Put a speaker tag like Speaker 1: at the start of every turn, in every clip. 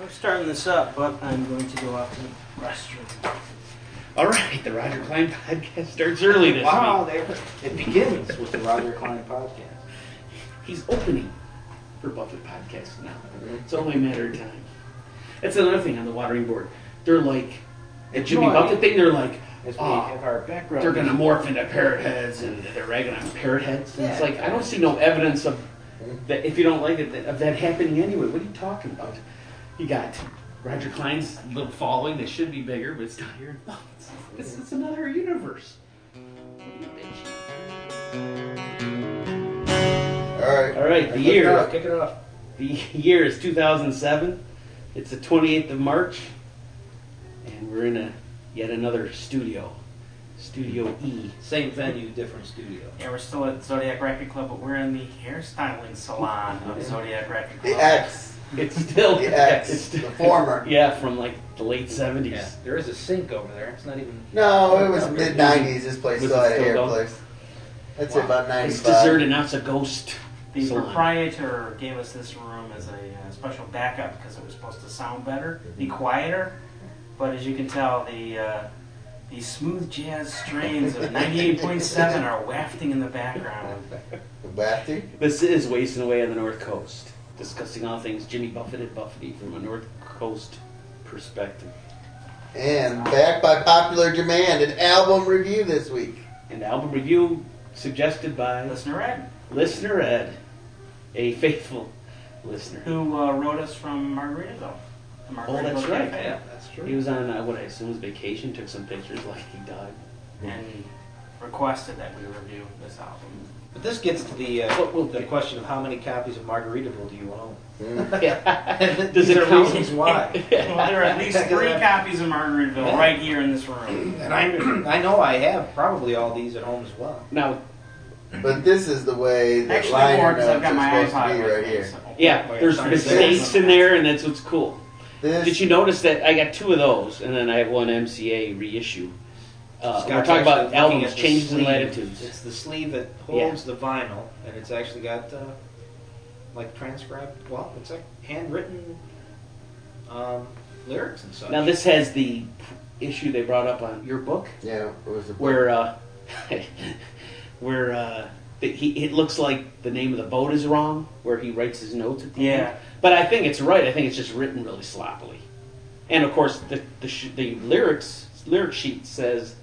Speaker 1: I'm starting this up, but I'm going to go off to the restroom.
Speaker 2: All right, the Roger Klein podcast starts early this
Speaker 3: wow,
Speaker 2: week.
Speaker 3: there it begins with the Roger Klein podcast.
Speaker 2: He's opening for Buffett podcast now. It's only a matter of time. That's another thing on the watering board. They're like, the Jimmy
Speaker 3: Enjoy.
Speaker 2: Buffett thing, they're like,
Speaker 3: As we
Speaker 2: "Ah,
Speaker 3: have our background,
Speaker 2: they're going to morph into parrot heads and they're ragging on parrot heads. And it's
Speaker 3: Yeah.
Speaker 2: like, I don't see no evidence of that, if you don't like it, that- of that happening anyway. What are you talking about? You got Roger Klein's little following that should be bigger, but it's not here. It's, it's, it's another universe. What are you bitching?
Speaker 4: All right.
Speaker 2: All right, the
Speaker 4: Kick it
Speaker 2: year.
Speaker 4: off, Kick it off.
Speaker 2: The year is 2007. It's the 28th of March, and we're in a yet another studio, Studio E.
Speaker 4: Same venue, different studio.
Speaker 1: Yeah, we're still at Zodiac Record Club, but we're in the hairstyling salon of Zodiac Record Club.
Speaker 4: The X.
Speaker 2: It's still
Speaker 4: The X.
Speaker 2: it's still-
Speaker 4: the former.
Speaker 2: Yeah, from like the late 70s.
Speaker 4: Yeah. There is a sink over there. It's not even.
Speaker 2: Yeah.
Speaker 4: No, it was mid '90s. This place
Speaker 2: Was
Speaker 4: still
Speaker 2: it
Speaker 4: had a
Speaker 2: still
Speaker 4: hair
Speaker 2: going?
Speaker 4: place.
Speaker 2: Wow.
Speaker 4: I'd say about
Speaker 2: It's
Speaker 4: '95.
Speaker 2: deserted now. It's a ghost.
Speaker 1: The
Speaker 2: salon.
Speaker 1: proprietor gave us this room as a uh, special backup because it was supposed to sound better, be quieter. But as you can tell, the uh, the smooth jazz strains of 98.7 are wafting in the background.
Speaker 4: Lefty.
Speaker 2: This is wasting away on the North Coast, discussing all things Jimmy Buffett and Buffetty from a North Coast perspective.
Speaker 4: And back by popular demand, an album review this week.
Speaker 2: And the album review suggested by
Speaker 1: Listener Ed,
Speaker 2: listener Ed, a faithful listener.
Speaker 1: who uh, wrote us from Margaritaville. The Margaritaville
Speaker 2: Oh, that's right,
Speaker 1: Cafe.
Speaker 2: yeah.
Speaker 4: that's
Speaker 2: He was on uh, what I assume was vacation, took some pictures like he died.
Speaker 1: and requested that we review this album.
Speaker 3: But this gets to the uh,
Speaker 2: What will
Speaker 3: the
Speaker 2: be-
Speaker 3: question of how many copies of Margaritaville do you own? Oh,
Speaker 2: Does
Speaker 3: These
Speaker 2: it
Speaker 3: are
Speaker 2: count?
Speaker 3: reasons why.
Speaker 1: Well, there are at least three copies of Margaritaville right here in this room.
Speaker 3: And I, I know I have probably all these at home as well.
Speaker 2: Now,
Speaker 4: But this is the way that
Speaker 1: Actually, more
Speaker 4: liner
Speaker 1: because
Speaker 4: notes
Speaker 1: I've got my
Speaker 4: are supposed
Speaker 1: iPod
Speaker 4: to be
Speaker 1: with
Speaker 4: right
Speaker 1: me,
Speaker 4: here.
Speaker 1: so-
Speaker 2: yeah,
Speaker 3: Wait,
Speaker 2: there's
Speaker 3: Oh, sorry,
Speaker 2: mistakes
Speaker 1: there's-
Speaker 2: in there, and that's what's cool.
Speaker 4: This
Speaker 2: Did you notice that I got two of those, and then I have one MCA reissue? Uh, we're
Speaker 3: Scott's
Speaker 2: talking about
Speaker 3: actually looking
Speaker 2: albums,
Speaker 3: at the
Speaker 2: changes in
Speaker 3: sleeve.
Speaker 2: latitudes.
Speaker 3: It's the sleeve that holds the vinyl, and it's actually got uh, like transcribed. Well, it's like handwritten um, lyrics and such.
Speaker 2: Now, this has the issue they brought up on your book,
Speaker 4: Yeah, it was a
Speaker 2: where uh, where uh, the, he it looks like the name of the boat is wrong, where he writes his notes at the
Speaker 1: Yeah.
Speaker 2: end. But I think it's right. I think it's just written really sloppily. And of course, the the, sh- the lyrics lyric sheet says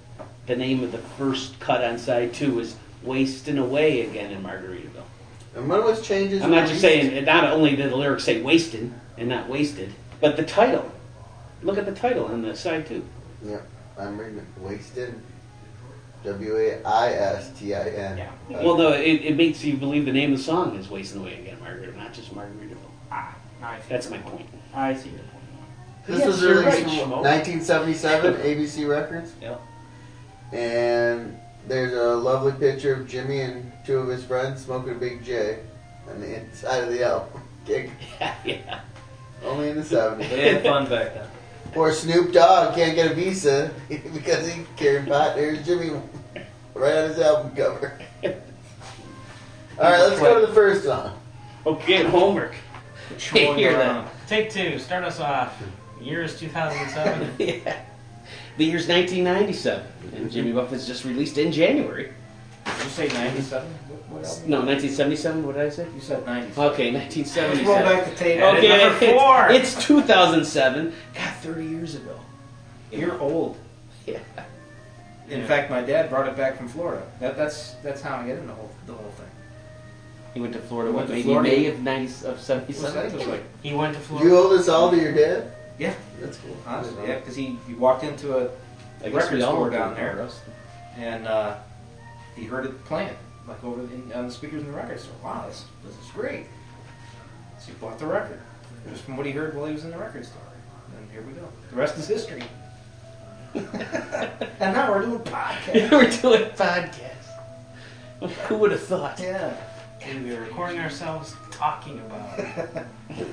Speaker 2: the name of the first cut on side two is "Wasting Away" again in Margaritaville.
Speaker 4: And when was changes?
Speaker 2: I'm not just
Speaker 4: released?
Speaker 2: saying. it- Not only did the lyrics say "wasted" and not "wasted," but the title. Look at the title on the side two.
Speaker 4: Yeah, I'm reading it. Wasted. W a i s t i n. Uh,
Speaker 1: Yeah.
Speaker 2: Well, no, it, it makes you believe the name of the song is "Wasting Away" again, Margaret, not just Margaritaville.
Speaker 1: Ah, now I see
Speaker 2: That's
Speaker 1: your
Speaker 2: my point.
Speaker 1: I see your point.
Speaker 4: This
Speaker 2: Yes,
Speaker 4: was
Speaker 2: you're
Speaker 4: released
Speaker 2: right,
Speaker 4: from
Speaker 2: Shmo.
Speaker 4: 1977, ABC Records.
Speaker 3: Yep.
Speaker 4: And there's a lovely picture of Jimmy and two of his friends smoking a big J on the inside of the album. Gig.
Speaker 2: yeah.
Speaker 4: Only in the 70s.
Speaker 3: they had fun back then.
Speaker 4: Poor Snoop Dogg can't get a visa because he carried pot. Here's Jimmy right on his album cover. All right, let's go to the first song.
Speaker 2: Okay, homework.
Speaker 3: Hey, hear that?
Speaker 1: Take two. Start us off. Year is 2007.
Speaker 2: yeah. The year's 1997, and Jimmy Buffett's just released in January.
Speaker 3: Did you say ninety-seven?
Speaker 2: No, 1977. What did I say?
Speaker 3: You said ninety.
Speaker 2: Okay, 1977.
Speaker 3: back the tape.
Speaker 1: Edit
Speaker 2: Okay,
Speaker 1: number four.
Speaker 2: it's 2007. God, 30 years ago.
Speaker 3: You're old.
Speaker 2: Yeah.
Speaker 3: In
Speaker 1: Yeah.
Speaker 3: fact, my dad brought it back from Florida. That, that's that's how I get in the whole the whole thing.
Speaker 2: He went to Florida.
Speaker 3: Went
Speaker 2: What?
Speaker 3: to
Speaker 2: Maybe
Speaker 3: Florida.
Speaker 2: May of 90 of
Speaker 3: He was, I think it
Speaker 2: 77.
Speaker 3: was like
Speaker 1: he went to Florida.
Speaker 4: You owe this all to your dad?
Speaker 3: Yeah.
Speaker 4: That's cool.
Speaker 3: honestly, yeah, because he, he walked into a
Speaker 2: I guess
Speaker 3: record
Speaker 2: we all
Speaker 3: store
Speaker 2: were
Speaker 3: down there. and uh, he heard it playing like over the, in, on the speakers in the record store. Wow, this, this is great. So he bought the record. It was from what he heard while he was in the record store. And here we go. The rest is history. and now we're doing podcast.
Speaker 2: we're doing a podcast. Who would have thought?
Speaker 3: yeah.
Speaker 1: And we were recording ourselves talking about it.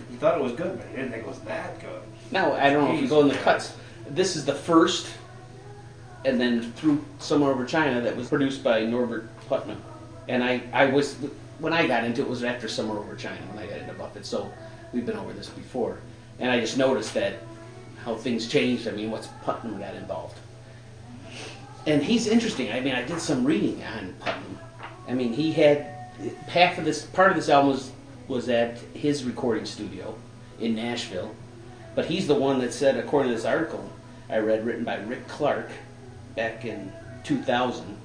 Speaker 3: He thought it was good, but he didn't think it was that good.
Speaker 2: No, I don't know if you go in the cuts. This is the first, and then through somewhere over China that was produced by Norbert Putnam. And I, I was when I got into it was after somewhere over China when I got into Buffett. So we've been over this before. and I just noticed that how things changed. I mean, what's Putnam got involved? And he's interesting. I mean, I did some reading on Putnam. I mean, he had half of this part of this album was was at his recording studio in Nashville, but he's the one that said, according to this article I read, written by Rick Clark back in 2000,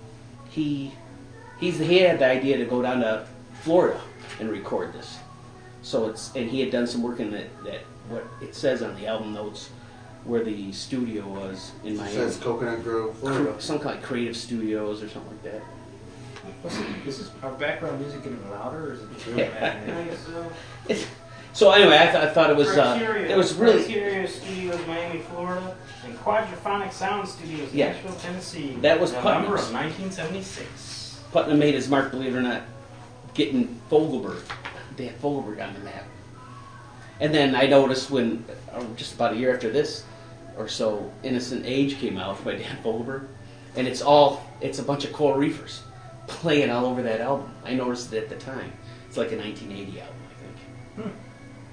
Speaker 2: he he's he had the idea to go down to Florida and record this. So it's and he had done some work in that that what it says on the album notes where the studio was in
Speaker 4: It
Speaker 2: Miami.
Speaker 4: says Coconut Grove, Florida.
Speaker 2: Cre- some kind of creative studios or something like that.
Speaker 3: What's it, is this our background music getting louder? Or is it
Speaker 2: Yeah.
Speaker 1: I
Speaker 3: yeah.
Speaker 1: guess so.
Speaker 2: So anyway, I, th- I thought it was uh,
Speaker 1: Criteria.
Speaker 2: it was really
Speaker 1: Criteria Studios, Miami, Florida, and Quadraphonic Sound Studios,
Speaker 2: Yeah.
Speaker 1: Nashville, Tennessee.
Speaker 2: That was
Speaker 1: November
Speaker 2: Putnam's.
Speaker 1: of 1976.
Speaker 2: Putnam made his mark, believe it or not, getting Fogelberg. They had Fogelberg on the map. And then I noticed when uh, just about a year after this or so, Innocent Age came out by Dan Fogelberg, and it's all it's a bunch of coral reefers playing all over that album. I noticed it at the time. It's like a 1980 album, I think.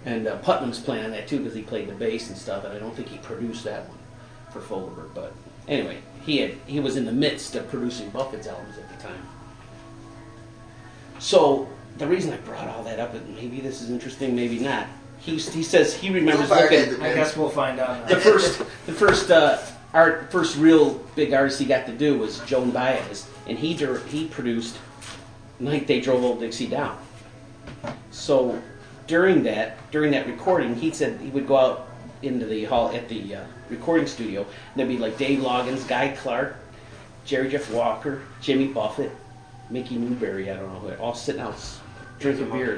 Speaker 2: And uh, Putnam's playing on that too because he played the bass and stuff, and I don't think he produced that one for Fogelberg. But anyway, he had he was in the midst of producing Buffett's albums at the time. So the reason I brought all that up, and maybe this is interesting, maybe not. He he says he remembers
Speaker 4: Fire
Speaker 2: looking
Speaker 4: hazard,
Speaker 3: I
Speaker 4: man.
Speaker 3: guess we'll find out.
Speaker 2: the first the first uh, art first real big artist he got to do was Joan Baez, and he dir- he produced Night They Drove Old Dixie Down. So during that during that recording, he said he would go out into the hall at the uh, recording studio, and there'd be like Dave Loggins, Guy Clark, Jerry Jeff Walker, Jimmy Buffett, Mickey Newberry, I don't know who, all sitting out s- drinking beer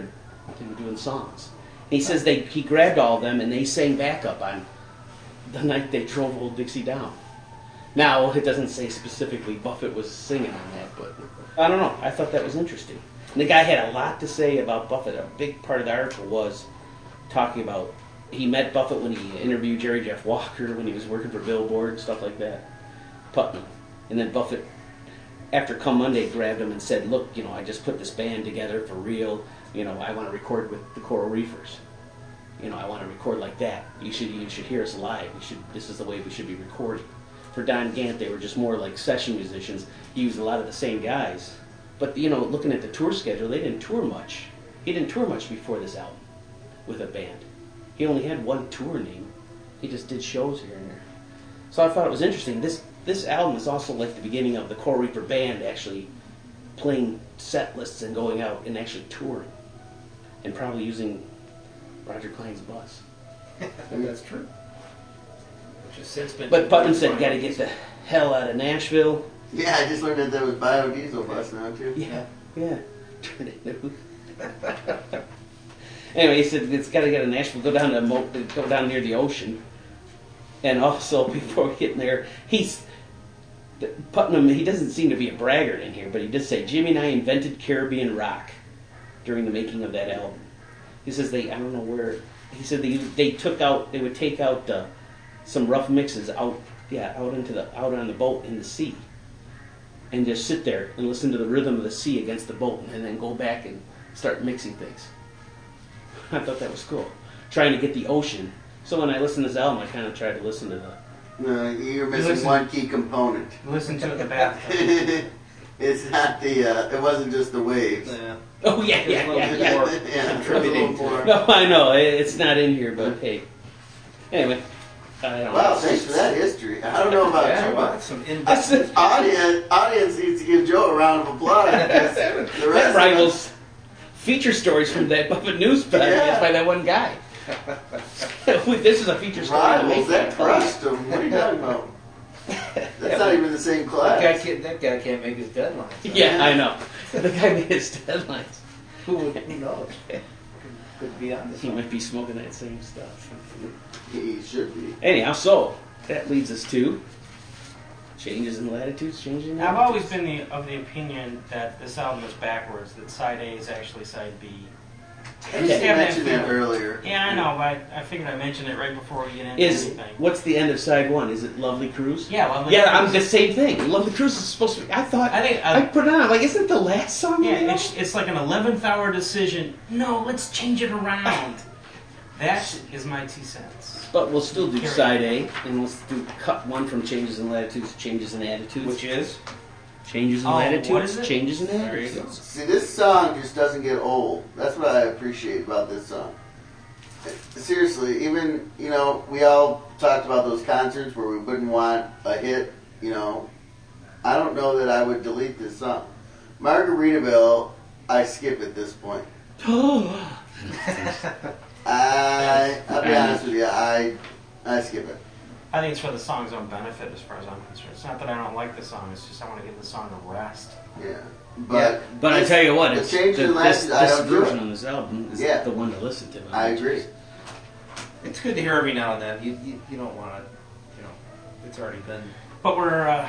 Speaker 2: and, and doing songs. And he says they he grabbed all of them and they sang backup on the night they drove old Dixie down. Now it doesn't say specifically Buffett was singing on that, but I don't know. I thought that was interesting. And the guy had a lot to say about Buffett. A big part of the article was talking about he met Buffett when he interviewed Jerry Jeff Walker when he was working for Billboard and stuff like that. Putnam, and then Buffett after Come Monday grabbed him and said, "Look, you know, I just put this band together for real. You know, I want to record with the Coral Reefers. You know, I want to record like that. You should you should hear us live. We should. This is the way we should be recording." For Don Gant, they were just more like session musicians. He used a lot of the same guys, but you know, looking at the tour schedule, they didn't tour much. He didn't tour much before this album with a band. He only had one tour name. He just did shows here and there. So I thought it was interesting. This this album is also like the beginning of the Coral Reaper band actually playing set lists and going out and actually touring, and probably using Roger Klein's bus.
Speaker 3: And that's true. Which has since been.
Speaker 2: But Putnam said, "Got to get the hell out of Nashville."
Speaker 4: Yeah, I just learned that there was biodiesel bus now too.
Speaker 2: Yeah, yeah. Turn it loose. anyway, he said it's got to get to Nashville. Go down to Mo- go down near the ocean, and also before getting there, he's Putnam. He doesn't seem to be a braggart in here, but he did say Jimmy and I invented Caribbean rock during the making of that album. He says they I don't know where. He said they they took out they would take out uh, some rough mixes out yeah out into the out on the boat in the sea and just sit there and listen to the rhythm of the sea against the boat and then go back and start mixing things. I thought that was cool. Trying to get the ocean. So when I listened to this album, I kind of tried to listen to the.
Speaker 4: No, you're missing
Speaker 1: Listen.
Speaker 4: one key component.
Speaker 1: Listen to it in the bathroom.
Speaker 4: it's not the. Uh, it wasn't just the waves.
Speaker 3: Yeah.
Speaker 2: Oh, yeah, yeah, yeah. yeah.
Speaker 3: Or-
Speaker 4: yeah,
Speaker 3: Contributing
Speaker 4: a little
Speaker 3: to-
Speaker 4: more.
Speaker 2: No, I know. it- It's not in here, but hey. Anyway. I don't
Speaker 4: Wow,
Speaker 2: know.
Speaker 4: thanks for that history. I don't know about
Speaker 3: Yeah,
Speaker 4: you,
Speaker 3: well,
Speaker 4: but
Speaker 3: that's some in
Speaker 2: I said-
Speaker 4: audience, audience needs to give Joe a round of applause. because the rest
Speaker 2: That
Speaker 4: of us-
Speaker 2: rivals feature stories from that Buffett News podcast
Speaker 4: Yeah.
Speaker 2: by that one guy. this is a feature story. to make Oh,
Speaker 4: rivals that
Speaker 2: that.
Speaker 4: crushed him. What are you talking about? That's not even the same
Speaker 3: That guy,
Speaker 4: class.
Speaker 3: can't, that guy can't make his deadlines. huh?
Speaker 2: Yeah, I know. The guy made his deadlines.
Speaker 3: Who, would- who knows? Could, could be on this.
Speaker 2: He might be smoking that same stuff.
Speaker 4: He should be.
Speaker 2: Anyhow, so that leads us to changes in latitudes, changes in
Speaker 1: Now, I've
Speaker 2: altitudes.
Speaker 1: always been the, of the opinion that this album is backwards, that side A is actually side B.
Speaker 4: I just
Speaker 1: Yeah,
Speaker 4: mentioned
Speaker 1: man.
Speaker 4: that earlier.
Speaker 1: Yeah, I know, but I, I figured I mentioned it right before we get into
Speaker 2: Is
Speaker 1: anything.
Speaker 2: what's the end of side one? Is it Lovely Cruise?
Speaker 1: Yeah, lovely.
Speaker 2: Yeah, I'm the same thing. Lovely Cruise is supposed to be. I thought
Speaker 1: I think.
Speaker 2: I
Speaker 1: Uh,
Speaker 2: put it on. Like, isn't the last song? on the
Speaker 1: yeah,
Speaker 2: album?
Speaker 1: it's, it's like an eleventh hour decision. No, let's change it around. That is my two cents.
Speaker 2: But we'll still do
Speaker 1: Carry.
Speaker 2: side A, and we'll do cut one from changes in latitudes, changes in attitudes,
Speaker 3: Which is?
Speaker 2: changes in
Speaker 1: Oh, what is it?
Speaker 2: latitudes, changes in
Speaker 1: There you go.
Speaker 2: attitudes.
Speaker 4: See, this song just doesn't get old. That's what I appreciate about this song. Seriously, even, you know, we all talked about those concerts where we wouldn't want a hit, you know. I don't know that I would delete this song. Margaritaville, I skip at this point. I, I'll be honest with you, I, I skip it.
Speaker 1: I think it's for the song's own benefit, as far as I'm concerned. It's not that I don't like the song; it's just I want to give the song a rest.
Speaker 4: Yeah. But,
Speaker 2: But I tell you what,
Speaker 4: the
Speaker 2: it's,
Speaker 4: change
Speaker 2: the,
Speaker 4: in
Speaker 2: this,
Speaker 4: latitude, I
Speaker 2: this
Speaker 4: don't do
Speaker 2: version
Speaker 4: it.
Speaker 2: on this album is
Speaker 4: Yeah.
Speaker 2: the one to listen to.
Speaker 4: I agree.
Speaker 3: It's good to hear every now and then. You, you, you don't want to, you know, it's already been
Speaker 1: But we're uh,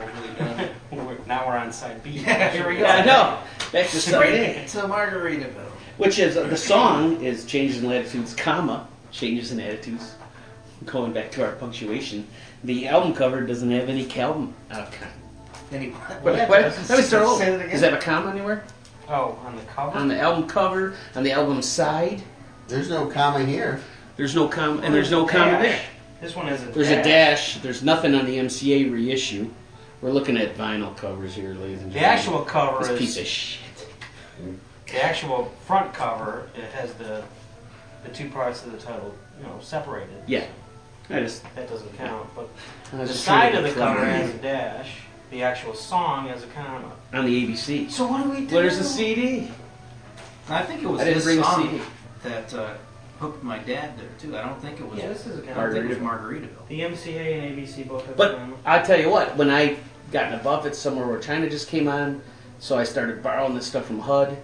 Speaker 3: overly done.
Speaker 1: we're- now we're on side B.
Speaker 3: Yeah, here we go.
Speaker 2: Yeah, I know. Back to side A,
Speaker 3: It's a Margaritaville.
Speaker 2: which is the song is changes in latitudes, comma changes in attitudes. Going back to our punctuation, the album cover doesn't have any Calvin. Uh, com-
Speaker 3: Anyway,
Speaker 2: Wait, wait, let me start
Speaker 3: Say
Speaker 2: over.
Speaker 3: that again.
Speaker 2: Does that have a comma anywhere?
Speaker 1: Oh, on the cover.
Speaker 2: On the album cover, on the album side,
Speaker 4: There's no comma here.
Speaker 2: there's no comma, and there's no
Speaker 1: Dash.
Speaker 2: comma there.
Speaker 1: This one has a
Speaker 2: There's a
Speaker 1: dash.
Speaker 2: dash. There's nothing on the MCA reissue. We're looking at vinyl covers here, ladies and gentlemen.
Speaker 1: The actual cover
Speaker 2: this
Speaker 1: is
Speaker 2: piece of shit.
Speaker 1: the actual front cover. It has the the two parts of the title, you know, separated.
Speaker 2: Yeah. I just
Speaker 1: That doesn't count. But
Speaker 2: I
Speaker 1: the
Speaker 2: was just
Speaker 1: side
Speaker 2: trying to
Speaker 1: of the
Speaker 2: get clever.
Speaker 1: cover has a dash. The actual song has a comma.
Speaker 2: on the ABC.
Speaker 1: So what do we do?
Speaker 2: Where's the CD?
Speaker 3: I think it was
Speaker 2: I didn't
Speaker 3: this
Speaker 2: bring a
Speaker 3: song
Speaker 2: CD.
Speaker 3: that uh, hooked my dad there too. I don't think it was.
Speaker 1: Yeah, this is a
Speaker 3: I don't think it was
Speaker 1: comma.
Speaker 3: Margaritaville.
Speaker 1: The MCA and ABC both have a
Speaker 2: But
Speaker 1: comma.
Speaker 2: I tell you what, when I got in a buffet somewhere where China just came on, so I started borrowing this stuff from HUD.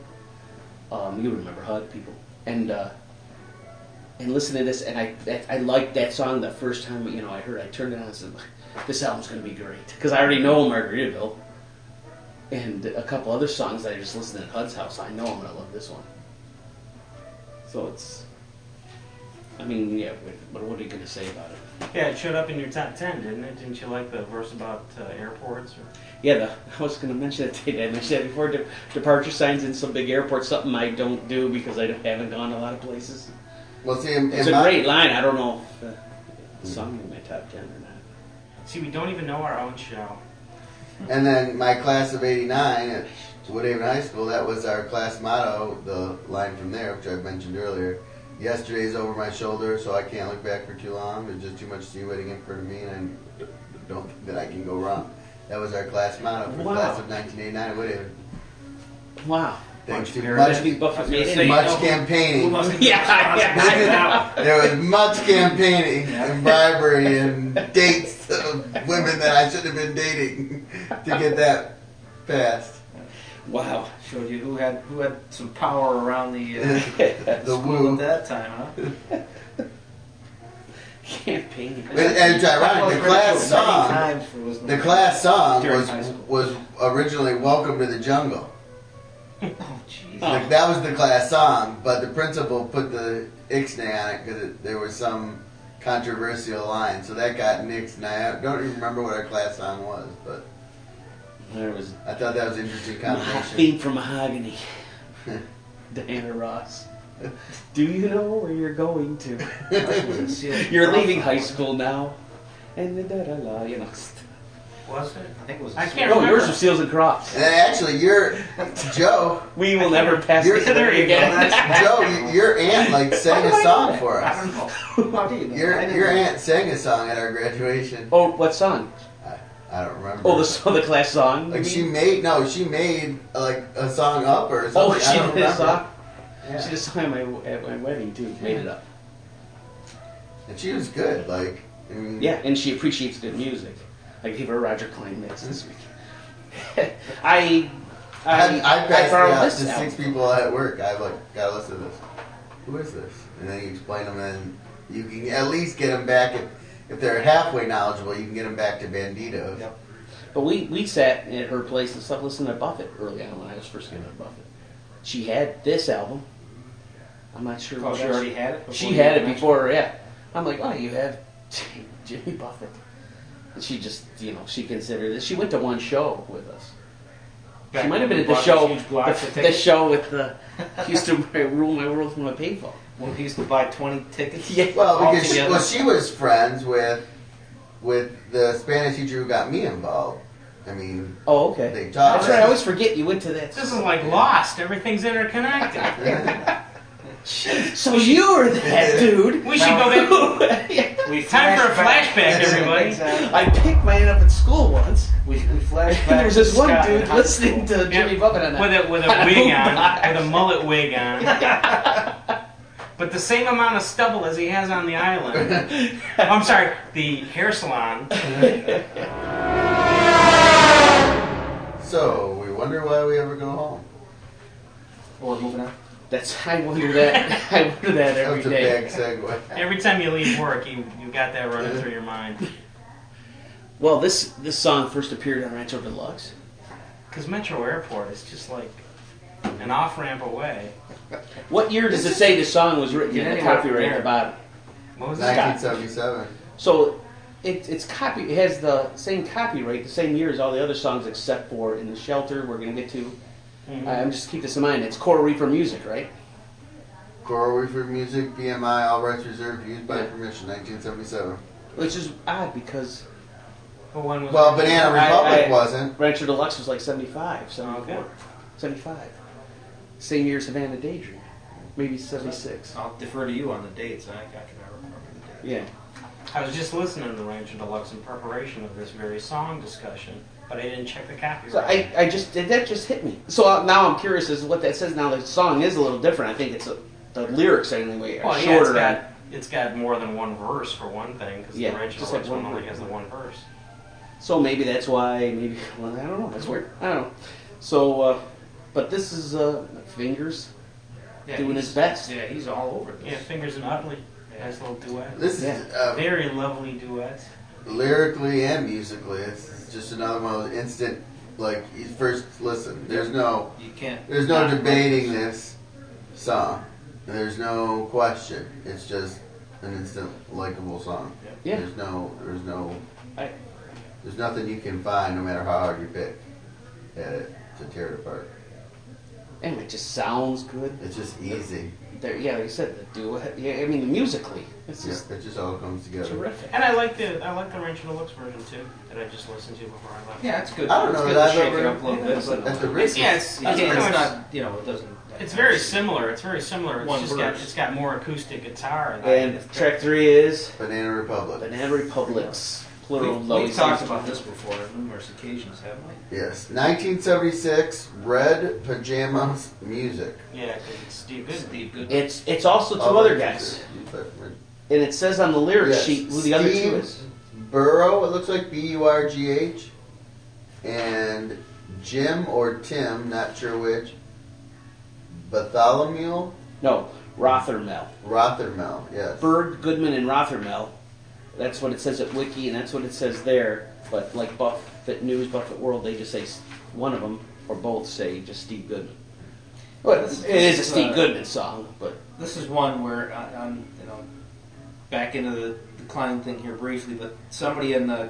Speaker 2: Um, you remember HUD people, and uh, and listen to this, and I that, I liked that song the first time you know I heard. It. I turned it on and said, "This album's gonna be great," because I already know Margaritaville, and a couple other songs that I just listened to at HUD's house. I know I'm gonna love this one. So it's, I mean, yeah, but what are you gonna say about it?
Speaker 1: Yeah, it showed up in your top ten, didn't it? Didn't you like the verse about uh, airports? Or...
Speaker 2: Yeah, the, I was going to mention that. Did I mention that before? De- departure signs in some big airport, something I don't do because I don't- haven't gone to a lot of places.
Speaker 4: Well, see, in,
Speaker 2: It's
Speaker 4: in
Speaker 2: a
Speaker 4: my- Mm-hmm.
Speaker 2: great line. I don't know if uh, the song in my top ten or not.
Speaker 1: See, we don't even know our own show.
Speaker 4: And then my class of '89 at Woodhaven High School, that was our class motto. The line from there, which I mentioned earlier, yesterday's over my shoulder, so I can't look back for too long. There's just too much to see waiting in front of me, and I don't think that I can go wrong. That was our class motto for the
Speaker 2: Wow.
Speaker 4: class of 1989 at Woodhaven.
Speaker 2: wow.
Speaker 4: Thanks to
Speaker 2: Much
Speaker 4: much,
Speaker 2: these Buffett
Speaker 3: gonna
Speaker 2: made
Speaker 3: say-
Speaker 2: it.
Speaker 4: much campaigning.
Speaker 2: Yeah, yeah.
Speaker 4: there was much campaigning and bribery and dates of women that I should have been dating to get that passed.
Speaker 2: Wow.
Speaker 3: Showed you who had who had some power around the uh,
Speaker 4: The
Speaker 3: school
Speaker 4: woo.
Speaker 3: at that time, huh?
Speaker 2: Campaigning.
Speaker 4: And it's ironic. The class song,
Speaker 3: Times for listening.
Speaker 4: the class song
Speaker 3: During high
Speaker 4: was
Speaker 3: school.
Speaker 4: was originally "Welcome to the Jungle."
Speaker 3: Oh, jeez.
Speaker 2: Oh.
Speaker 4: Like that was the class song, but the principal put the ixnay on it because there was some controversial line, so that got nixed. And I don't even remember what our class song was, but
Speaker 2: There was
Speaker 4: I thought that was an interesting
Speaker 2: Maho-
Speaker 4: combination.
Speaker 2: theme for mahogany. Diana Ross. Do you know where you're going to? You're leaving high school now. And the da da la, you know.
Speaker 1: Was it?
Speaker 3: I think it was. a
Speaker 1: I can't
Speaker 3: seal.
Speaker 2: No,
Speaker 1: remember.
Speaker 2: yours are seals and crops.
Speaker 4: And actually, your Joe,
Speaker 2: We will never pass
Speaker 4: You're-
Speaker 2: this there again.
Speaker 4: Joe, your aunt like sang a song for
Speaker 3: I don't
Speaker 4: us.
Speaker 3: know. How do you know?
Speaker 4: Your
Speaker 3: I didn't
Speaker 4: your
Speaker 3: know.
Speaker 4: aunt sang a song at our graduation.
Speaker 2: oh, what song?
Speaker 4: I don't remember.
Speaker 2: Oh, the so the class song. you
Speaker 4: Like she
Speaker 2: mean?
Speaker 4: made no, she made uh, like a song up or something.
Speaker 2: Oh, she
Speaker 4: I don't
Speaker 2: did a
Speaker 4: remember.
Speaker 2: song.
Speaker 4: Yeah.
Speaker 2: She did a song at my, at my wedding too. Made it up.
Speaker 4: and she was good. Like, I mean,
Speaker 2: Yeah, and she appreciates good music. I gave her Roger Klein mix this week. I
Speaker 4: I
Speaker 2: I
Speaker 4: I passed it
Speaker 2: borrowed
Speaker 4: out to
Speaker 2: this
Speaker 4: six
Speaker 2: album.
Speaker 4: people at work. I like gotta listen to this. Who is this? And then you explain them, and you can at least get them back if, if they're halfway knowledgeable. You can get them back to Bandito.
Speaker 3: Yep.
Speaker 2: But we, we sat at her place and stuff listening to Buffett early on when I was first getting to Buffett. She had this album. I'm not sure.
Speaker 3: Oh,
Speaker 2: what
Speaker 3: she
Speaker 2: else-
Speaker 3: already had it.
Speaker 2: She
Speaker 3: before
Speaker 2: had
Speaker 3: you
Speaker 2: it before, yeah. I'm like, oh, you have Jimmy Buffett. And she just, you know, she considered it. She went to one show with us. She might have been at the
Speaker 3: Bought
Speaker 2: show,
Speaker 3: these huge blocks
Speaker 2: the,
Speaker 3: of
Speaker 2: the
Speaker 3: tickets.
Speaker 2: show with the Houston I Rule My World from a payphone.
Speaker 3: when he used to buy 20 tickets.
Speaker 2: Yeah.
Speaker 4: Well, because she,
Speaker 3: altogether.
Speaker 4: well, she was friends with with the Spanish teacher who got me involved. I mean,
Speaker 2: Oh, okay.
Speaker 4: they taught.
Speaker 2: That's right. I
Speaker 4: us.
Speaker 2: always forget you went to that.
Speaker 1: This is like Lost. Everything's interconnected.
Speaker 2: So you were that dude.
Speaker 1: We should go back.
Speaker 3: We
Speaker 1: Time for a
Speaker 3: flashback.
Speaker 1: flashback, everybody.
Speaker 3: Exactly.
Speaker 2: I picked mine up at school once.
Speaker 3: We, we flashback.
Speaker 2: There was this
Speaker 3: to
Speaker 2: one
Speaker 3: Scott in
Speaker 2: dude
Speaker 3: high
Speaker 2: listening
Speaker 3: school.
Speaker 2: to Jimmy Buffett on that.
Speaker 1: with a with a wig on, with a mullet wig on. But the same amount of stubble as he has on the island. I'm sorry, the hair salon.
Speaker 4: So we wonder why we ever go home.
Speaker 3: Well, moving on.
Speaker 2: That's I wonder that. I wonder that
Speaker 4: That
Speaker 2: every
Speaker 4: was a
Speaker 2: day.
Speaker 4: big segue.
Speaker 1: Every time you leave work, you you got that running through your mind.
Speaker 2: Well, this this song first appeared on Rancho Deluxe.
Speaker 1: Because Metro Airport is just like an off ramp away.
Speaker 2: What year does it say the song was written?
Speaker 3: Yeah,
Speaker 2: in the
Speaker 3: anyway,
Speaker 2: copyright at
Speaker 3: there.
Speaker 2: the bottom.
Speaker 1: What was that?
Speaker 4: 1977.
Speaker 2: So it, it's copy. It has the same copyright, the same year as all the other songs, except for "In the Shelter." We're gonna get to. I- I'm just keep this in mind. It's Coral Reefer music, right?
Speaker 4: Coral Reefer Music, BMI, all rights reserved, used by
Speaker 2: Yeah.
Speaker 4: permission, 1977.
Speaker 2: Which is odd because
Speaker 1: What one was
Speaker 4: Well, Banana
Speaker 2: I-
Speaker 4: Republic
Speaker 2: I-
Speaker 4: wasn't.
Speaker 2: Rancho Deluxe was like 75, 74,
Speaker 1: Okay.
Speaker 2: 75. Same year as Havana Daydream, maybe 76.
Speaker 3: I'll defer to you on the dates. I, I cannot remember the dates.
Speaker 2: Yeah.
Speaker 1: I was just listening to Rancher Deluxe in preparation of this very song discussion, but I didn't check the copyright.
Speaker 2: So I, I just that just hit me. So uh, now I'm curious as to what that says. Now the song is a little different. I think it's a, the lyrics anyway are
Speaker 1: well, yeah, it's
Speaker 2: shorter.
Speaker 1: got, it's got more than one verse for one thing, because
Speaker 2: Yeah,
Speaker 1: the Rancher
Speaker 2: just
Speaker 1: Deluxe
Speaker 2: like one
Speaker 1: one only
Speaker 2: verse.
Speaker 1: has the one verse.
Speaker 2: so maybe that's why. Maybe well, I don't know. That's weird. I don't know. So, uh, but this is uh, fingers.
Speaker 3: Yeah,
Speaker 2: Doing
Speaker 3: he's-
Speaker 2: his best.
Speaker 3: Yeah, he's all over this.
Speaker 1: Yeah, Fingers and Utley. Nice little duet.
Speaker 4: This
Speaker 2: Yeah.
Speaker 4: is uh,
Speaker 1: Very lovely duet.
Speaker 4: lyrically and musically. It's just another one of those instant, like you first listen. There's no,
Speaker 3: You can't.
Speaker 4: there's no
Speaker 3: not-
Speaker 4: debating this song. There's no question. It's just an instant likable song.
Speaker 2: Yeah.
Speaker 4: There's no, there's no,
Speaker 2: I-
Speaker 4: there's nothing you can find, no matter how hard you pick at it to tear it apart.
Speaker 2: And it just sounds good.
Speaker 4: It's just easy.
Speaker 2: There, yeah, like you said, the duet. Yeah, I mean musically, it's just
Speaker 4: Yeah, it just all comes together.
Speaker 2: terrific.
Speaker 1: And I like the I like the Rancher Deluxe version too that I just listened to before I left.
Speaker 3: Yeah, it's good.
Speaker 4: I don't
Speaker 3: it's
Speaker 4: know
Speaker 3: good
Speaker 4: that
Speaker 3: to
Speaker 4: I've
Speaker 3: shake it
Speaker 4: ever-
Speaker 3: up a little bit. but-
Speaker 4: At the
Speaker 3: It's,
Speaker 4: risk,
Speaker 3: yeah, it's,
Speaker 1: I
Speaker 3: it's,
Speaker 1: don't know, it's-
Speaker 3: not, you know, it doesn't.
Speaker 1: It's very similar. It's very similar. It's
Speaker 3: One
Speaker 1: just got
Speaker 3: verse.
Speaker 1: it's got more acoustic guitar.
Speaker 2: And track three is
Speaker 4: Banana Republic.
Speaker 2: Banana Republics.
Speaker 3: We,
Speaker 2: Plural.
Speaker 3: we
Speaker 2: lowercase.
Speaker 3: talked about this before on numerous occasions, haven't we?
Speaker 4: Yes, 1976, Red Pajamas Music.
Speaker 1: yeah, 'cause it's Steve Goodman.
Speaker 3: Steve Goodman.
Speaker 2: It's it's also two other guys, and it says on the lyric
Speaker 4: Yes.
Speaker 2: sheet who the other
Speaker 4: Steve-
Speaker 2: two is.
Speaker 4: Burrow, it looks like B U R G H, and Jim or Tim, not sure which. Bartholomew
Speaker 2: No, Rothermel,
Speaker 4: Rothermel, yes.
Speaker 2: Bird, Goodman, and Rothermel. That's what it says at Wiki, and that's what it says there. But like Buffett News, Buffett World, they just say s- one of them or both say just Steve Goodman. Well,
Speaker 3: This-
Speaker 2: it is a
Speaker 3: this is,
Speaker 2: Steve
Speaker 3: uh,
Speaker 2: Goodman song, but
Speaker 3: This is one where I, I'm, you know, back into the, the Klein thing here briefly, but somebody in the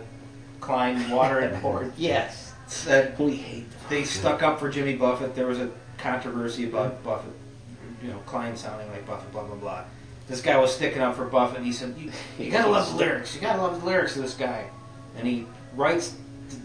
Speaker 3: Klein Water Board
Speaker 2: yes,
Speaker 3: said
Speaker 2: we hate.
Speaker 3: they stuck up for Jimmy Buffett. There was a controversy about Buffett, you know, Klein sounding like Buffett, blah blah blah. This guy was sticking up for Buffett. and He said, "You, you gotta love the lyrics. You gotta love the lyrics of this guy." And he writes,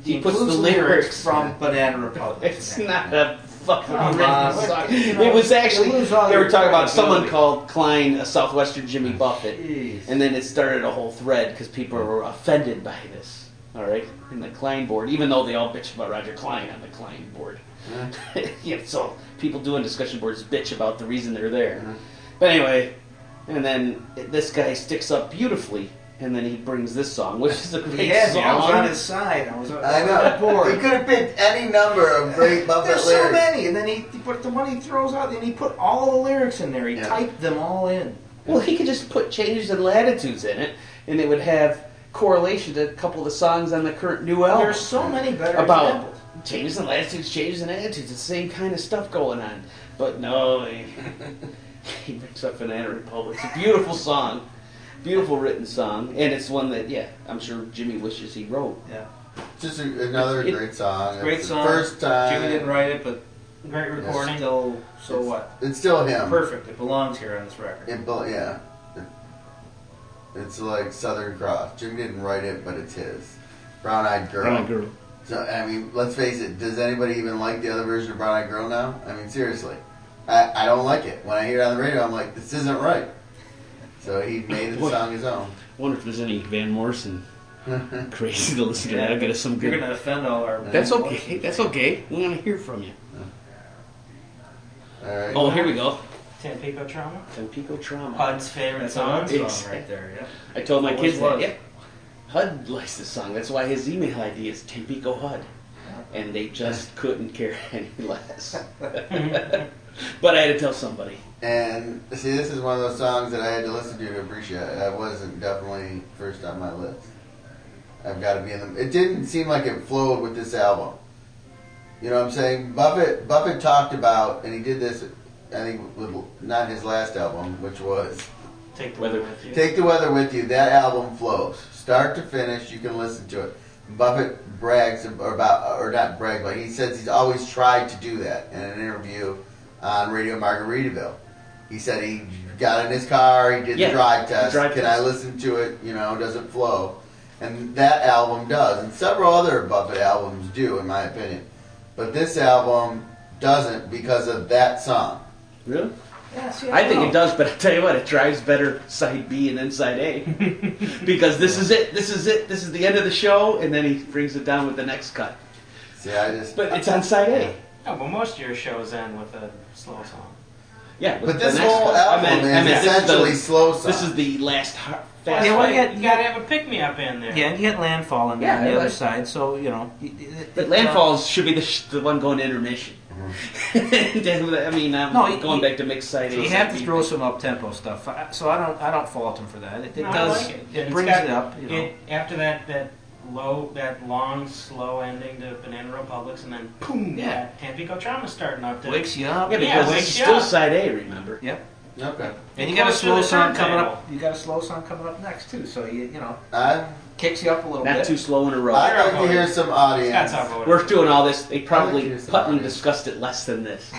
Speaker 2: He puts
Speaker 3: includes
Speaker 2: the lyrics.
Speaker 3: from Banana Republic. in
Speaker 2: It's
Speaker 3: there.
Speaker 2: not a fucking
Speaker 3: Come
Speaker 2: written
Speaker 3: on,
Speaker 2: song.
Speaker 3: you know,
Speaker 2: it was actually
Speaker 3: you
Speaker 2: they
Speaker 3: lose all
Speaker 2: were
Speaker 3: your
Speaker 2: talking about someone
Speaker 3: credibility.
Speaker 2: called Klein, a Southwestern Jimmy Buffett,
Speaker 3: Jeez.
Speaker 2: and then it started a whole thread because people were offended by this. All right, in the Klein board, even though they all bitch about Roger Klein on the Klein board.
Speaker 4: Yeah.
Speaker 2: yeah, so people doing discussion boards bitch about the reason they're there.
Speaker 3: Uh-huh.
Speaker 4: Mhm.
Speaker 2: But anyway, and then it- this guy sticks up beautifully, and then he brings this song, which is a great
Speaker 3: Yeah,
Speaker 2: song.
Speaker 3: I was on his side. I was on
Speaker 4: I know.
Speaker 3: board.
Speaker 4: He could have picked any number of great Buffett
Speaker 3: There's so
Speaker 4: lyrics.
Speaker 3: many, and then he, he put the one he throws out, and he put all the lyrics in there. He
Speaker 4: Yeah.
Speaker 3: typed them all in.
Speaker 2: Well, he could just put changes and latitudes in it, and it would have correlation to a couple of the songs on the current new
Speaker 4: Oh.
Speaker 2: album.
Speaker 3: There's so many better
Speaker 2: about
Speaker 3: examples.
Speaker 2: changes in latitudes, changes in attitudes, it's the same kind of stuff going on. But no, he, he picks up Banana Republic. It's a beautiful song, beautiful written song, and it's one that, yeah, I'm sure Jimmy wishes he wrote.
Speaker 3: Yeah,
Speaker 4: Just a, another
Speaker 2: It-
Speaker 4: great song.
Speaker 3: great
Speaker 4: It's the
Speaker 3: song.
Speaker 4: First time.
Speaker 3: Jimmy didn't write it, but Great
Speaker 1: recording.
Speaker 3: Still, so
Speaker 4: It's
Speaker 3: what?
Speaker 4: It's still him.
Speaker 3: Perfect. It belongs here on this record.
Speaker 4: It, bel- yeah. It's like Southern Cross. Jim didn't write it, but it's his. Brown Eyed Girl.
Speaker 5: Brown girl.
Speaker 4: So I mean, let's face it. Does anybody even like the other version of Brown Eyed Girl now? I mean, seriously, I, I don't like it. When I hear it on the radio, I'm like, this isn't right. So he made the song his own.
Speaker 5: Wonder if there's any Van Morrison crazy to listen to. That'll get us some
Speaker 3: You're
Speaker 5: good.
Speaker 3: gonna offend all our.
Speaker 5: That's okay. That's okay. We want to hear from you.
Speaker 4: All right.
Speaker 5: Oh, here we go.
Speaker 1: Tampico Trauma?
Speaker 2: Tampico trauma.
Speaker 1: HUD's favorite
Speaker 3: That's a Hud
Speaker 1: song.
Speaker 3: song
Speaker 5: Exactly.
Speaker 3: right there. Yeah.
Speaker 2: I told my
Speaker 3: Always
Speaker 2: kids
Speaker 3: was.
Speaker 2: that. Yep. HUD likes this song. That's why his email ID is Tampico HUD. And they just couldn't care any less. but I had to tell somebody.
Speaker 4: And see, this is one of those songs that I had to listen to to appreciate. it. I wasn't definitely first on my list. I've got to be in them. It didn't seem like it flowed with this album. You know what I'm saying? Buffett Buffett talked about, and he did this. I think with not his last album, which was
Speaker 1: Take the
Speaker 2: Whether-
Speaker 1: weather with you.
Speaker 4: Take the Weather With You, that album flows. Start to finish, you can listen to it. Buffett brags about, or not brags, but he says he's always tried to do that in an interview on Radio Margaritaville. He said he got in his car, he did
Speaker 2: Yeah,
Speaker 4: the drive test.
Speaker 2: drive
Speaker 4: can I
Speaker 2: test.
Speaker 4: listen to it? You know, does it flow? And that album does, and several other Buffett albums do, in my opinion. But this album doesn't because of that song.
Speaker 2: Really?
Speaker 3: Yeah, see,
Speaker 2: I think
Speaker 3: don't
Speaker 2: it does, but I tell you what, it drives better side B and then side A. because this is it, this is it, this is the end of the show, and then he brings it down with the next cut.
Speaker 4: See, I just.
Speaker 2: But it's on side A.
Speaker 1: Yeah, well, most of your shows end with a slow song.
Speaker 2: Yeah, with
Speaker 4: But
Speaker 2: the
Speaker 4: this
Speaker 2: next
Speaker 4: whole
Speaker 2: cut.
Speaker 4: album
Speaker 2: I meant- I
Speaker 4: is
Speaker 2: meant this
Speaker 4: essentially
Speaker 2: the-
Speaker 4: slow song.
Speaker 2: This is the last har- fast
Speaker 1: Yeah,
Speaker 3: Yeah,
Speaker 1: well,
Speaker 2: fight.
Speaker 1: you,
Speaker 3: well,
Speaker 1: got, you gotta have a pick me up in there.
Speaker 3: Yeah, and you had landfall on the, on
Speaker 2: Yeah,
Speaker 3: the other
Speaker 2: like-
Speaker 3: side, so you know. y- y- it-
Speaker 2: But
Speaker 3: it,
Speaker 2: landfalls should be the, sh- the one going to intermission.
Speaker 4: Mm-hmm.
Speaker 2: Then, I mean, I'm
Speaker 3: No, you-
Speaker 2: going
Speaker 3: you-
Speaker 2: back to mixed side.
Speaker 3: uh,
Speaker 2: A,
Speaker 3: You
Speaker 2: side
Speaker 3: have to
Speaker 2: B.
Speaker 3: throw some up tempo stuff, I- so I don't. I don't fault him for that. It, it
Speaker 1: No, I
Speaker 3: does.
Speaker 1: like
Speaker 3: it
Speaker 1: It's
Speaker 3: brings
Speaker 1: got-
Speaker 3: it up. You know.
Speaker 1: it- after that, that low, that long, slow ending to Banana Republics, and then boom,
Speaker 3: Yeah.
Speaker 1: that Tampico Trauma starting up. To,
Speaker 3: wakes you up.
Speaker 2: Yeah,
Speaker 1: Yeah,
Speaker 2: because
Speaker 1: wakes
Speaker 2: it's
Speaker 1: you
Speaker 2: still
Speaker 1: up.
Speaker 2: side A. Remember?
Speaker 3: Yep.
Speaker 4: Okay.
Speaker 3: And you got a
Speaker 1: Closer to
Speaker 3: slow
Speaker 1: the
Speaker 3: song coming
Speaker 1: turntable.
Speaker 3: up. You got a slow song coming up next too. So you you know
Speaker 4: I
Speaker 3: kicks you up a little
Speaker 2: Not
Speaker 3: bit.
Speaker 2: too slow in a row.
Speaker 4: I'd like to hear some audience.
Speaker 1: That's how I
Speaker 2: We're doing all this. They
Speaker 4: I
Speaker 2: probably
Speaker 4: like this
Speaker 2: Putnam
Speaker 4: audio.
Speaker 2: discussed it less than this.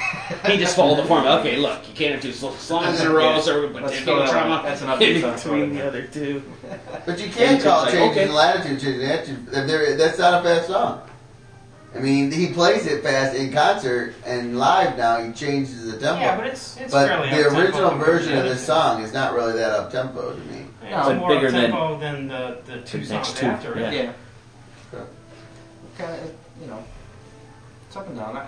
Speaker 2: He just followed the formula. Okay, look, you can't do so- songs in a row, so everybody
Speaker 3: Let's
Speaker 2: did
Speaker 3: go that
Speaker 2: trauma.
Speaker 3: way. That's an upbeat
Speaker 2: in
Speaker 3: song.
Speaker 2: between the other two.
Speaker 4: But you can't call
Speaker 2: Like,
Speaker 4: changes
Speaker 2: okay.
Speaker 4: in latitude, changes in attitude. If there- That's not a fast song. I mean, he plays it fast in concert and live now. He changes the tempo.
Speaker 1: Yeah, but it's, it's
Speaker 4: But
Speaker 1: fairly
Speaker 4: the
Speaker 1: up-tempo
Speaker 4: original
Speaker 1: compared
Speaker 4: version
Speaker 1: to
Speaker 4: of
Speaker 1: the
Speaker 4: this song is not really that up tempo to me.
Speaker 1: Yeah,
Speaker 3: No,
Speaker 1: it's
Speaker 2: but
Speaker 1: more
Speaker 2: bigger than-
Speaker 1: tempo than, the, the two
Speaker 2: next
Speaker 1: songs
Speaker 2: two,
Speaker 1: after
Speaker 2: yeah.
Speaker 1: it.
Speaker 3: Yeah.
Speaker 4: Okay.
Speaker 3: Kind of you know. It's up and down. I-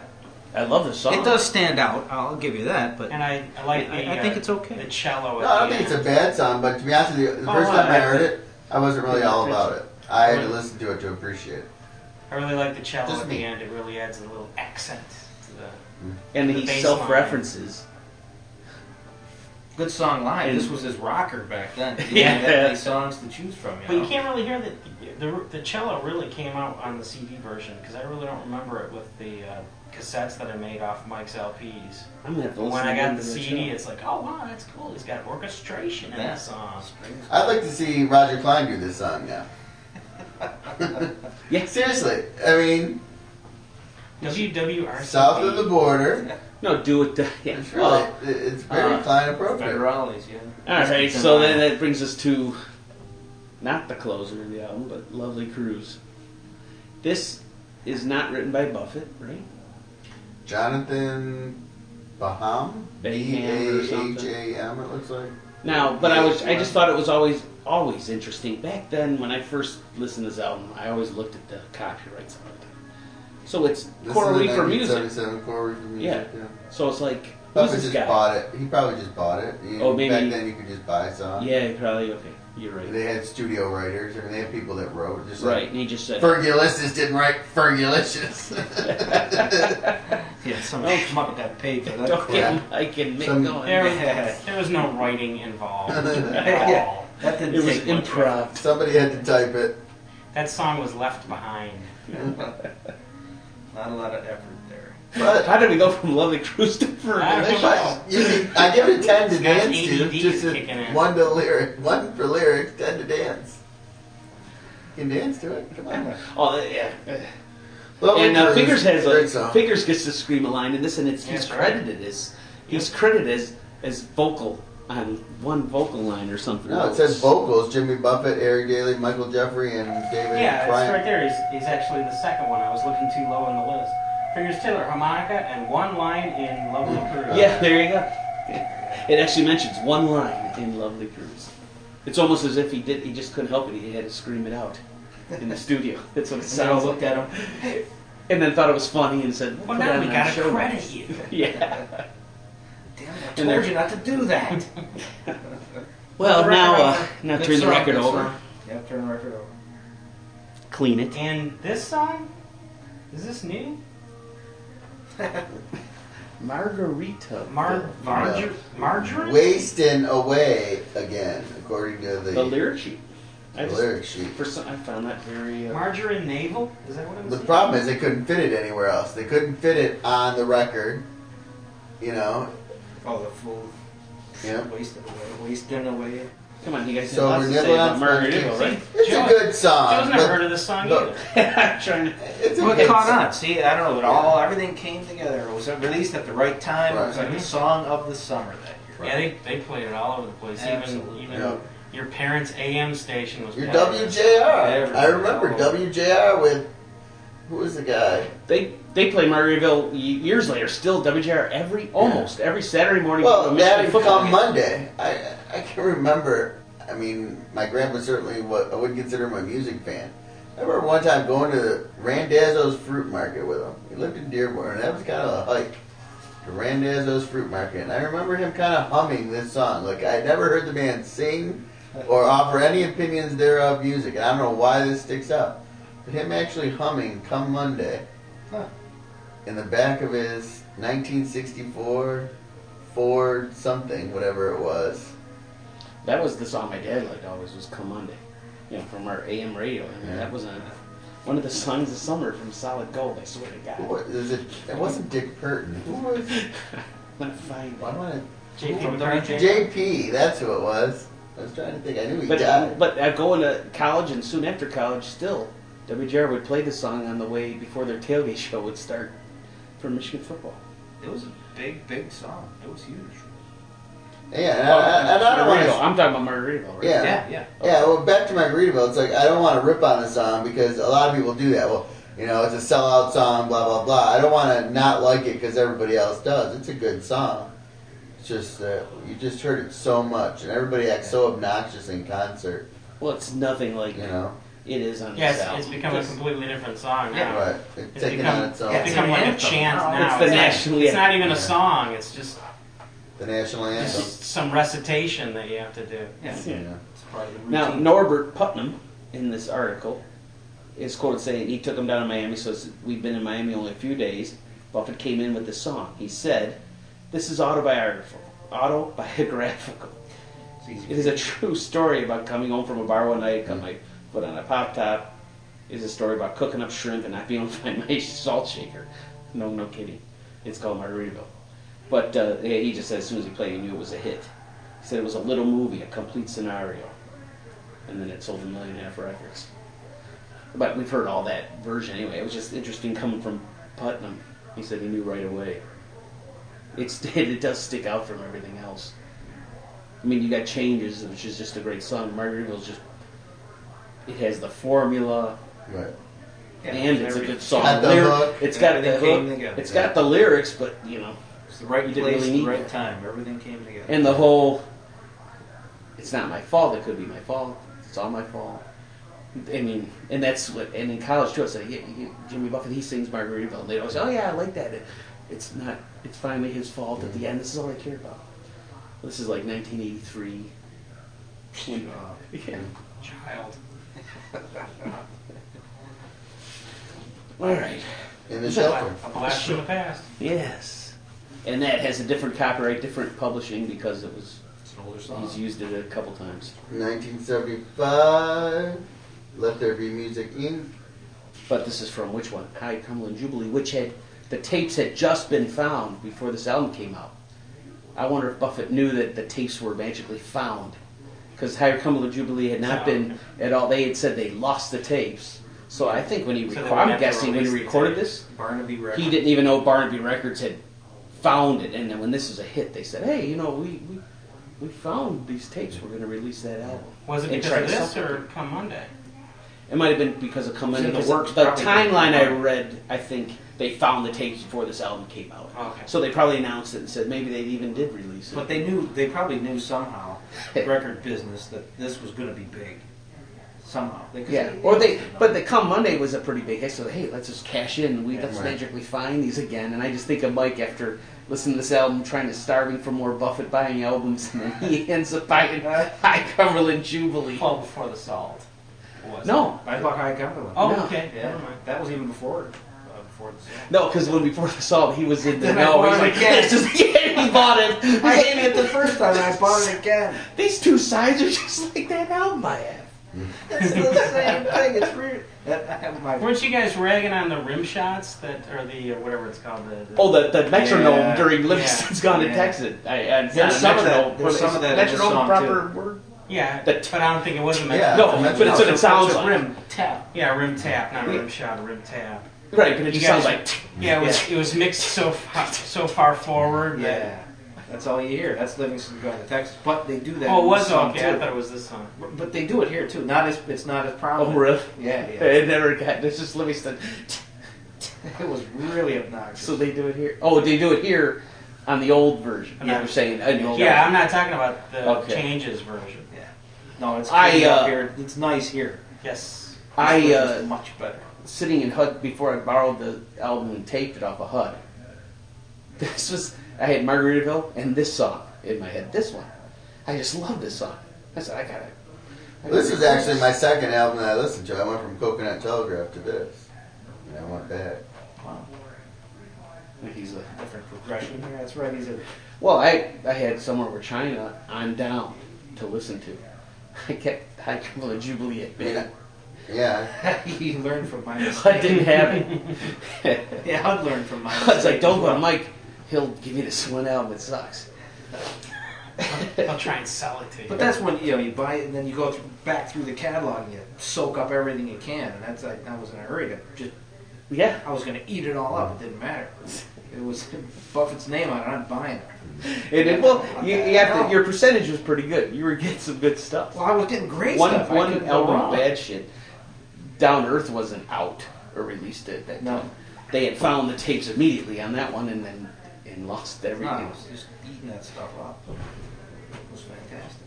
Speaker 2: I love this song.
Speaker 3: It does stand out. I'll give you that. But
Speaker 1: And I, I like the,
Speaker 3: I- I think
Speaker 1: uh,
Speaker 3: it's okay.
Speaker 1: the cello at
Speaker 4: No, I don't
Speaker 1: the
Speaker 4: think it's
Speaker 1: end.
Speaker 4: a bad song, but to be honest with you, the
Speaker 1: Oh,
Speaker 4: first
Speaker 1: I-
Speaker 4: time I
Speaker 1: I-
Speaker 4: heard it, I wasn't really all about it. I had to
Speaker 1: Really?
Speaker 4: listen to it to appreciate it.
Speaker 1: I really like the cello
Speaker 4: Just
Speaker 1: at
Speaker 4: me.
Speaker 1: the end. It really adds a little accent to the.
Speaker 2: and
Speaker 1: the
Speaker 2: he
Speaker 1: bass
Speaker 2: self-references.
Speaker 3: good song live.
Speaker 2: And-
Speaker 3: this was his rocker back then. He
Speaker 2: Yeah.
Speaker 3: had that many songs to choose from. You
Speaker 1: But you
Speaker 3: know?
Speaker 1: can't really hear that. The, the cello really came out on the CD version because I really don't remember it with the uh, cassettes that I made off Mike's LPs.
Speaker 2: I'm gonna have to
Speaker 1: But
Speaker 2: listen
Speaker 1: when I
Speaker 2: to
Speaker 1: got
Speaker 2: it
Speaker 1: the
Speaker 2: for
Speaker 1: CD,
Speaker 2: show.
Speaker 1: it's like, oh wow, that's cool. He's got orchestration in
Speaker 3: Yeah.
Speaker 1: the song.
Speaker 4: I'd like to see Roger Klein do this song now.
Speaker 2: Yeah.
Speaker 4: Seriously, I mean,
Speaker 1: WWRC.
Speaker 4: south of the border.
Speaker 2: No, do it. Yeah. Uh-huh.
Speaker 4: It's really,
Speaker 2: Well,
Speaker 4: it- it's very
Speaker 2: uh,
Speaker 4: Klein appropriate.
Speaker 3: Federales, yeah.
Speaker 2: all right.
Speaker 3: It's
Speaker 2: So
Speaker 3: in
Speaker 2: then
Speaker 3: line.
Speaker 2: that brings us to not the closer of the album, but "Lovely Cruise." This is not written by Buffett, right?
Speaker 4: Jonathan Baham? B
Speaker 2: Baham or
Speaker 4: A
Speaker 2: something.
Speaker 4: H A M, it looks like.
Speaker 2: Now, but I was I just thought it was always always interesting. Back then when I first listened to this album, I always looked at the copyrights all the time. So it's
Speaker 4: This
Speaker 2: Coral
Speaker 4: is a
Speaker 2: Reef for music.
Speaker 4: 1977 Coral Reef for music, yeah.
Speaker 2: So it's like who's
Speaker 4: Buffett
Speaker 2: this
Speaker 4: just
Speaker 2: guy?
Speaker 4: bought it. He probably just bought it. You-
Speaker 2: Oh, maybe-
Speaker 4: Back then you could just buy a song.
Speaker 2: Yeah, probably okay. You're right.
Speaker 4: They had studio writers. I mean, they had people that wrote. Just
Speaker 2: Right,
Speaker 4: like,
Speaker 2: and he just said
Speaker 4: Fergulicious didn't write Fergulicious.
Speaker 3: Yeah, some
Speaker 1: Oh.
Speaker 2: Okay.
Speaker 3: schmuck got paid for that.
Speaker 2: Don't
Speaker 3: crap.
Speaker 2: get I can make
Speaker 4: Some-
Speaker 2: no
Speaker 1: There, there was no writing involved at
Speaker 3: Yeah.
Speaker 1: all.
Speaker 3: That didn't
Speaker 2: It was
Speaker 3: take much.
Speaker 2: improv.
Speaker 4: Somebody had to type it.
Speaker 1: That song was left behind.
Speaker 3: Not a lot of effort there.
Speaker 4: But,
Speaker 2: How did we go from Lovely Cruise to
Speaker 1: I don't
Speaker 2: Fergalicious?
Speaker 1: know.
Speaker 4: but you can, I give it 10 to
Speaker 1: It's got
Speaker 4: dance to.
Speaker 1: ADD
Speaker 4: Just
Speaker 1: kicking
Speaker 4: a,
Speaker 1: in.
Speaker 4: one to lyric, one for lyrics, 10 to dance. You can dance to it. Come on.
Speaker 2: Oh yeah.
Speaker 4: Love
Speaker 2: and uh,
Speaker 4: Returns,
Speaker 2: Figures has
Speaker 4: great
Speaker 2: a,
Speaker 4: song.
Speaker 2: Figures gets to scream a line in this, and it's he's
Speaker 1: That's right.
Speaker 2: credited as he's credited as as vocal on one vocal line or something.
Speaker 4: No, it says vocals: Jimmy Buffett, Eric Daly, Michael Jeffrey, and David
Speaker 1: Yeah, it's right
Speaker 4: Bryant.
Speaker 1: there. He's, he's actually the second one. I was looking too low
Speaker 4: Uh,
Speaker 1: on the list. Fingers Taylor, harmonica, and one line in Lovely
Speaker 4: Uh,
Speaker 1: Cruise.
Speaker 2: Yeah, there you go. It actually mentions one line in Lovely Cruise. It's almost as if he did. He just couldn't help it. He had to scream it out in the studio. That's what it
Speaker 3: So I
Speaker 2: sounds like.
Speaker 3: looked at him.
Speaker 2: And then thought it was funny and said,
Speaker 1: Well,
Speaker 2: "Put it
Speaker 1: now
Speaker 2: on
Speaker 1: we
Speaker 2: our
Speaker 1: gotta
Speaker 2: show."
Speaker 1: credit you.
Speaker 2: Yeah.
Speaker 3: Damn it! I
Speaker 2: And they're-
Speaker 3: told you not to do that.
Speaker 2: Well,
Speaker 1: the record
Speaker 2: now,
Speaker 1: over.
Speaker 2: uh, now
Speaker 3: Good
Speaker 2: turn the
Speaker 3: song,
Speaker 2: record
Speaker 3: good
Speaker 2: over.
Speaker 3: song. Yep, turn the record over.
Speaker 2: Clean it.
Speaker 1: And this song? Is this new?
Speaker 2: Margarita.
Speaker 1: Mar- Margar- Margarine?
Speaker 4: Wasting away again, according to the,
Speaker 2: The lyric sheet. I just,
Speaker 4: lyric sheet.
Speaker 2: for some, I found that very. Uh,
Speaker 1: Margarine Navel? Is that what it was?
Speaker 4: The problem is they couldn't fit it anywhere else. They couldn't fit it on the record. You know,
Speaker 3: Oh, the fool.
Speaker 4: Yeah.
Speaker 3: Wasting away. Wasting away.
Speaker 2: come on, you guys
Speaker 4: So
Speaker 2: have lots to say about
Speaker 4: Renegade
Speaker 2: Margarita,
Speaker 4: Lance-
Speaker 2: right?
Speaker 4: it's
Speaker 1: Joe-
Speaker 4: a good song.
Speaker 1: Joe's never
Speaker 4: but
Speaker 1: heard of this song
Speaker 4: but-
Speaker 1: either.
Speaker 2: I'm trying to.
Speaker 4: It's a
Speaker 3: Well,
Speaker 4: good
Speaker 3: it caught
Speaker 4: song.
Speaker 3: on. See, I don't know. It all everything came together. It was released at the right time. It was
Speaker 4: Right.
Speaker 3: like the song of the summer that year.
Speaker 1: Yeah, they, they played it all over the place.
Speaker 3: Absolutely.
Speaker 1: Even, even
Speaker 4: Yeah.
Speaker 1: your parents' AM station was
Speaker 4: Your
Speaker 1: playing it.
Speaker 4: WJR. I
Speaker 3: Everybody.
Speaker 4: remember WJR with who was the guy?
Speaker 2: They they play Margaritaville y- years later. Still WJR every almost every Saturday morning.
Speaker 4: Well,
Speaker 2: from
Speaker 4: that
Speaker 2: Michigan
Speaker 4: had
Speaker 2: football
Speaker 4: come
Speaker 2: game.
Speaker 4: Monday. I I can remember. I mean, my grandpa certainly what I wouldn't consider him a music fan. I remember one time going to Randazzo's fruit market with him. He lived in Dearborn, and that was kind of a hike to Randazzo's fruit market. And I remember him kind of humming this song. Like I never heard the band sing or offer any opinions thereof music, and I don't know why this sticks out. But him actually humming "Come Monday"
Speaker 3: Huh.
Speaker 4: in the back of his 1964 Ford something, whatever it was.
Speaker 2: That was the song my dad liked always was "Come Monday," you know, from our AM radio. I mean,
Speaker 4: Yeah.
Speaker 2: That was a, one of the songs of summer from Solid Gold. I swear to
Speaker 4: Who
Speaker 2: God.
Speaker 4: wa- is it? It wasn't Dick Burton. Who was?
Speaker 2: I'm gonna find
Speaker 4: Why
Speaker 2: that.
Speaker 4: don't
Speaker 1: JP
Speaker 4: From
Speaker 1: McCartney.
Speaker 4: I, JP. That's who it was. I was trying to think. I knew he
Speaker 2: But
Speaker 4: died.
Speaker 2: but uh, going to college and soon after college, still WJR would play the song on the way before their tailgate show would start for Michigan football.
Speaker 3: It was a big, big song. It was huge.
Speaker 4: yeah, and
Speaker 2: Uh,
Speaker 4: I, I, and I don't want
Speaker 2: Margaritaville.
Speaker 4: to.
Speaker 2: I'm talking about Margaritaville, right?
Speaker 4: Yeah.
Speaker 3: Yeah, yeah.
Speaker 4: Yeah, well, back to my Margaritaville. It's like I don't want to rip on a song because a lot of people do that. Well, you know, it's a sellout song, blah blah blah. I don't want to not like it because everybody else does. It's a good song. It's just uh, you just heard it so much, and everybody acts so obnoxious in concert.
Speaker 2: Well, it's nothing like
Speaker 4: You know,
Speaker 2: it is on
Speaker 1: Yes,
Speaker 2: this album.
Speaker 1: it's become a completely different song now.
Speaker 4: but it's
Speaker 1: It's
Speaker 4: taking
Speaker 1: become,
Speaker 4: on its own.
Speaker 1: it's become like a
Speaker 3: Anthem.
Speaker 1: chant
Speaker 3: Wow.
Speaker 1: now.
Speaker 2: It's the
Speaker 1: not-
Speaker 2: national
Speaker 1: It's not
Speaker 2: anthem.
Speaker 1: even
Speaker 4: Yeah.
Speaker 1: a song. It's just,
Speaker 4: The national
Speaker 1: it's
Speaker 4: anthem.
Speaker 1: just some recitation that you have to do.
Speaker 3: Yeah.
Speaker 2: Yeah.
Speaker 4: Yeah.
Speaker 3: It's part of the routine.
Speaker 2: Now Norbert Putnam in this article is quoted saying he took him down to Miami. So it's- we've been in Miami only a few days. Buffett came in with this song. He said, "This is autobiographical. Autobiographical.
Speaker 3: It's easy.
Speaker 2: It is a true story about coming home from a bar one night, got my foot on a pop top. It is a story about cooking up shrimp and not being able to find my salt shaker. No, no kidding. It's called Margaritaville. But uh, yeah, he just said as soon as he played, he knew it was a hit. He said it was a little movie, a complete scenario, and then it sold a million and a half records. But we've heard all that version anyway. It was just interesting coming from Putnam. He said he knew right away. It's, it does stick out from everything else. I mean, you got Changes, which is just a great song. Margaritaville's just, it has the formula,
Speaker 4: Right.
Speaker 3: Yeah,
Speaker 2: and it's a
Speaker 3: everything-
Speaker 2: good song.
Speaker 4: Got the
Speaker 2: Lyri-
Speaker 4: hook.
Speaker 2: It's got the
Speaker 3: Everything came
Speaker 2: hook.
Speaker 3: together.
Speaker 2: It's got the lyrics, but you know,
Speaker 3: It's the
Speaker 2: You
Speaker 3: right
Speaker 2: didn't
Speaker 3: place,
Speaker 2: really
Speaker 3: the
Speaker 2: need
Speaker 3: right
Speaker 2: that.
Speaker 3: time. Everything came together.
Speaker 2: and the whole. It's not my fault. It could be my fault. It's all my fault. I mean, and that's what. And in college too, I said, yeah, yeah, Jimmy Buffett, he sings Margaritaville. And they always say, oh yeah, I like that. It- it's not. It's finally his fault at the end. This is all I care about. This is like 1983. When- yeah.
Speaker 1: Child.
Speaker 2: All right.
Speaker 4: In the shelter.
Speaker 1: A blast from the past.
Speaker 2: Yes. And that has a different copyright, different publishing because it was
Speaker 3: It's an older
Speaker 2: he's
Speaker 3: song.
Speaker 2: used it a couple times.
Speaker 4: 1975. Let There Be Music Inc.
Speaker 2: But this is from which one? High Cumberland Jubilee, which had the tapes had just been found before this album came out. I wonder if Buffett knew that the tapes were magically found because High Cumberland Jubilee had not been at all. They had said they lost the tapes, So I think when he
Speaker 3: So they
Speaker 2: recorded,
Speaker 3: would
Speaker 2: I'm
Speaker 3: have to
Speaker 2: guessing when he
Speaker 3: release the
Speaker 2: recorded
Speaker 3: tape.
Speaker 2: this,
Speaker 3: Barnaby Records.
Speaker 2: he didn't even know Barnaby Records had found it. And then when this was a hit, they said, "Hey, you know, we we, we found these tapes. We're going to release that album."
Speaker 1: Was it
Speaker 2: And
Speaker 1: because
Speaker 2: try
Speaker 1: of
Speaker 2: to
Speaker 1: this
Speaker 2: supplement
Speaker 1: or come Monday?
Speaker 2: It might have been because of coming
Speaker 3: It's in the
Speaker 2: because
Speaker 3: works,
Speaker 2: The
Speaker 3: probably.
Speaker 2: timeline I read, I think they found the tapes before this album came out.
Speaker 1: Okay.
Speaker 2: So they probably announced it and said maybe they even did release it.
Speaker 3: But they knew they probably knew somehow record business that this was going to be big. Somehow they could.
Speaker 2: yeah, or they, but the Come Monday was a pretty big hit, so hey, let's just cash in. We
Speaker 3: Yeah,
Speaker 2: let's
Speaker 3: right.
Speaker 2: magically find these again. And I just think of Mike after listening to this album, trying to starving for more Buffett buying albums, and then he ends up buying High Cumberland Jubilee.
Speaker 1: Well, before the salt.
Speaker 3: was
Speaker 2: No.
Speaker 3: I bought High Cumberland.
Speaker 1: Oh,
Speaker 2: No.
Speaker 1: okay.
Speaker 3: yeah,
Speaker 1: Never mind.
Speaker 3: that was even before uh, before the sale.
Speaker 2: No, because when we before the salt, he was in the
Speaker 3: Then I
Speaker 2: no.
Speaker 3: bought
Speaker 2: He's
Speaker 3: it
Speaker 2: like,
Speaker 3: again.
Speaker 2: yeah, just yeah, he bought it. He's
Speaker 3: I
Speaker 2: like,
Speaker 3: gave it the first time. I bought it again.
Speaker 2: These two sides are just like that album I have.
Speaker 3: It's the same thing. It's weird. That, I- my-
Speaker 1: Weren't you guys ragging on the rim shots that, or the uh, whatever it's called? The, the-
Speaker 2: Oh, the, the metronome
Speaker 3: Yeah,
Speaker 2: during Livingston's Gone
Speaker 3: yeah.
Speaker 2: to Texas. I, I, it's
Speaker 3: There's
Speaker 2: not a
Speaker 3: some of that-
Speaker 2: metronome.
Speaker 3: there's
Speaker 2: but
Speaker 3: some
Speaker 2: is
Speaker 3: of that in this
Speaker 2: metronome
Speaker 3: song,
Speaker 2: proper word?
Speaker 1: yeah.
Speaker 2: the t-
Speaker 1: but I don't think it was a metronome.
Speaker 4: Yeah.
Speaker 2: No,
Speaker 4: that's
Speaker 2: but it's
Speaker 4: what
Speaker 2: what it
Speaker 1: It's a-
Speaker 2: sounds
Speaker 1: it's a
Speaker 2: like.
Speaker 1: rim tap. Yeah, rim tap, not rim shot, a rim tap.
Speaker 2: Right, but it
Speaker 1: You
Speaker 2: just
Speaker 1: guys-
Speaker 2: sounds like.
Speaker 1: Yeah, it was it was mixed so far, so far forward. That,
Speaker 3: yeah, that's all you hear. That's Livingston going to Texas. But they do that.
Speaker 1: oh,
Speaker 3: in
Speaker 1: it
Speaker 3: this
Speaker 1: was
Speaker 3: song,
Speaker 1: okay. I
Speaker 3: too.
Speaker 1: thought it was this song.
Speaker 3: But they do it here too. Not as it's not as
Speaker 2: Oh,
Speaker 3: prominent.
Speaker 2: really?
Speaker 3: Yeah, yeah.
Speaker 2: It never got. It's just Livingston.
Speaker 3: It was really obnoxious.
Speaker 2: So they do it here. Oh, they do it here on the old version.
Speaker 1: Yeah.
Speaker 2: You're saying. uh, the old
Speaker 1: Yeah, I'm not talking about the
Speaker 2: Okay.
Speaker 1: changes version.
Speaker 3: no, it's
Speaker 2: I,
Speaker 3: cleaned up
Speaker 2: uh,
Speaker 3: here. It's nice here.
Speaker 1: Yes.
Speaker 2: I,
Speaker 3: This
Speaker 2: uh,
Speaker 3: version's much better.
Speaker 2: sitting in HUD before I borrowed the album and taped it off of HUD. This was I had Margaritaville and this song in my head. This one, I just love this song. I said I gotta. I gotta
Speaker 4: This is
Speaker 2: record
Speaker 4: actually my second album that I listened to. I went from Coconut Telegraph to this. And I went back.
Speaker 3: Wow,
Speaker 2: And He's like,
Speaker 3: different progression here. That's right. These are
Speaker 2: well, I I had somewhere with China on down to listen to. I kept High Couple of Jubilee at bay.
Speaker 4: Yeah.
Speaker 3: you learn from my
Speaker 2: HUD
Speaker 3: mistakes.
Speaker 2: didn't have it.
Speaker 3: yeah, I'd learn from my
Speaker 2: HUD's like,
Speaker 3: mistakes
Speaker 2: don't
Speaker 3: as
Speaker 2: go,
Speaker 3: well.
Speaker 2: Mike. He'll give you this one album. It sucks.
Speaker 1: I'll try and sell it to you.
Speaker 3: But that's when you know you buy it and then you go through, back through the catalog and you soak up everything you can. And that's like I was in a hurry to just
Speaker 2: Yeah.
Speaker 3: I was going to eat it all up. It didn't matter. It was Buffett's name on it. I'm buying it.
Speaker 2: It, it, well, you, you have to, your percentage was pretty good. You were getting some good stuff.
Speaker 3: Well, I was getting great
Speaker 2: one
Speaker 3: stuff. I
Speaker 2: one
Speaker 3: couldn't go
Speaker 2: album
Speaker 3: wrong.
Speaker 2: bad shit. Down Earth wasn't out or released at that
Speaker 3: No.
Speaker 2: time. They had found the tapes immediately on that one and then and lost everything.
Speaker 3: No, it was just eating that stuff up. It was fantastic.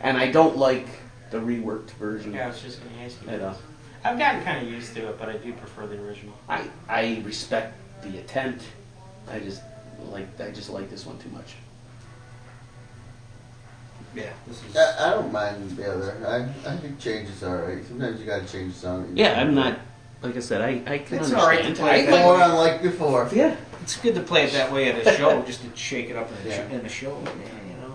Speaker 2: And I don't like the reworked version
Speaker 1: yeah, I was just going to ask you.
Speaker 2: at all.
Speaker 1: I've gotten kind of used to it, but I do prefer the original.
Speaker 2: I I respect the attempt. I just like I just like this one too much.
Speaker 3: Yeah, this is.
Speaker 4: I, I don't mind the other. I, I think change is alright. Sometimes you gotta change the song.
Speaker 2: Yeah, I'm not like I said, I, I can
Speaker 3: It's all right to
Speaker 2: understand.
Speaker 3: play
Speaker 2: I
Speaker 3: that.
Speaker 4: More on like before.
Speaker 2: like- yeah.
Speaker 3: it's good to play it that way at a show, just to shake it up in a,
Speaker 4: Yeah.
Speaker 3: sh- in a show. Man, you know,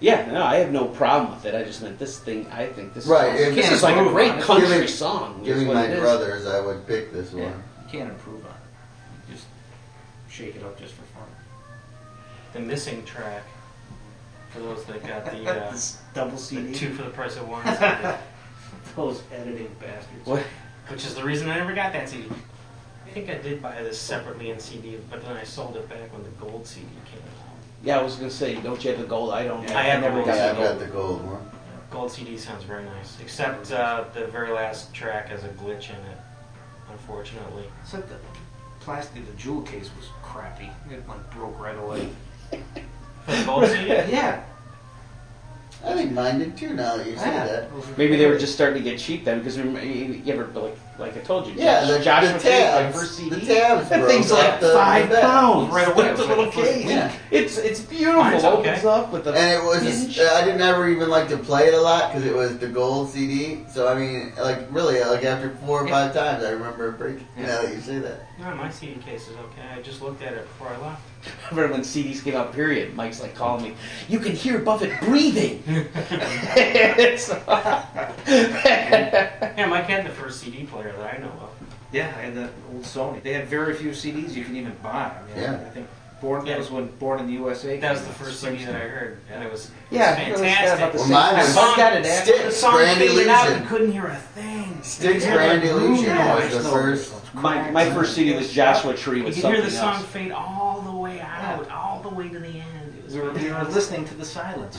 Speaker 2: Yeah, no, I have no problem with it. I just meant this thing. I think this
Speaker 4: Right,
Speaker 2: is,
Speaker 4: and
Speaker 2: this
Speaker 4: can't
Speaker 2: is like a
Speaker 3: improve
Speaker 2: great
Speaker 3: on it.
Speaker 2: country
Speaker 4: Giving-
Speaker 2: song. is
Speaker 4: Giving
Speaker 2: what
Speaker 4: my
Speaker 2: it is.
Speaker 4: brothers, I would pick this
Speaker 3: yeah,
Speaker 4: one.
Speaker 3: you can't improve on it. Just shake it up just for fun.
Speaker 1: The missing track for those that got the, uh,
Speaker 3: This double CD.
Speaker 1: the two for the price of one, CD,
Speaker 3: Those editing bastards.
Speaker 2: What?
Speaker 1: which is the reason I never got that CD. I think I did buy this separately in CD, but then I sold it back when the gold CD came out.
Speaker 2: Yeah, I was gonna say, don't you have the gold? I don't.
Speaker 1: Yeah, I have the
Speaker 2: never
Speaker 1: gold.
Speaker 2: got
Speaker 4: Yeah,
Speaker 2: the
Speaker 4: I've
Speaker 2: gold.
Speaker 4: got the gold one.
Speaker 1: Gold CD sounds very nice, except uh, the very last track has a glitch in it, unfortunately.
Speaker 3: Except the plastic, the jewel case was crappy. It like broke right away.
Speaker 1: For the gold CD?
Speaker 3: yeah,
Speaker 4: I think mine did too now that you say
Speaker 3: yeah.
Speaker 4: that.
Speaker 2: Maybe they were just starting to get cheap then, because remember, you you ever like like I told you,
Speaker 4: Yeah, the,
Speaker 2: Joshua
Speaker 4: the
Speaker 2: Tree, my
Speaker 4: tabs.
Speaker 2: first CD.
Speaker 4: The tabs,
Speaker 2: that
Speaker 4: bro.
Speaker 2: thing's
Speaker 4: Not
Speaker 2: like
Speaker 4: the- the
Speaker 2: five
Speaker 4: back.
Speaker 2: pounds
Speaker 3: Right away, it
Speaker 2: It's
Speaker 3: was
Speaker 2: a little
Speaker 3: like the first
Speaker 2: case.
Speaker 4: week.
Speaker 2: It's it's beautiful.
Speaker 1: Mine's
Speaker 2: It opens
Speaker 1: okay.
Speaker 2: up with the
Speaker 4: And it was, uh,
Speaker 2: hinge.
Speaker 4: I didn't ever even like to play it a lot because it was the gold CD. So I mean, like really, like after four or five times, I remember breaking. Now that you say that,
Speaker 1: No, my CD case is okay. I just looked at it before I left.
Speaker 2: Remember when CDs came out? Period. Mike's like calling me. You can hear Buffett breathing. It's-
Speaker 1: Yeah, Mike had the first CD player that I know of.
Speaker 3: Yeah, I had that old Sony. They had very few CDs you can even buy. I mean,
Speaker 4: Yeah.
Speaker 3: I think Born that was when Born in the USA.
Speaker 6: That was
Speaker 3: came
Speaker 6: the
Speaker 3: out.
Speaker 6: first CD that I heard, and it was
Speaker 2: Yeah,
Speaker 6: it
Speaker 2: I
Speaker 6: was
Speaker 2: really forgot
Speaker 6: fantastic.
Speaker 2: about the
Speaker 4: Well,
Speaker 2: same
Speaker 4: mine
Speaker 6: The
Speaker 4: was
Speaker 6: song-
Speaker 4: Stick-
Speaker 1: The
Speaker 4: Sticks,
Speaker 1: song
Speaker 4: Grand
Speaker 1: faded out and
Speaker 4: Illusion.
Speaker 1: couldn't hear a thing.
Speaker 4: Sticks,
Speaker 1: Yeah.
Speaker 4: Grand Illusion
Speaker 1: Yeah.
Speaker 4: was the first.
Speaker 7: My, my first CD was Joshua Tree
Speaker 1: You
Speaker 7: with
Speaker 1: could
Speaker 7: something
Speaker 1: hear the song
Speaker 7: else.
Speaker 1: fade all the way out, all the way to the end. It was
Speaker 3: We were, we were
Speaker 1: fantastic.
Speaker 3: listening to the silence.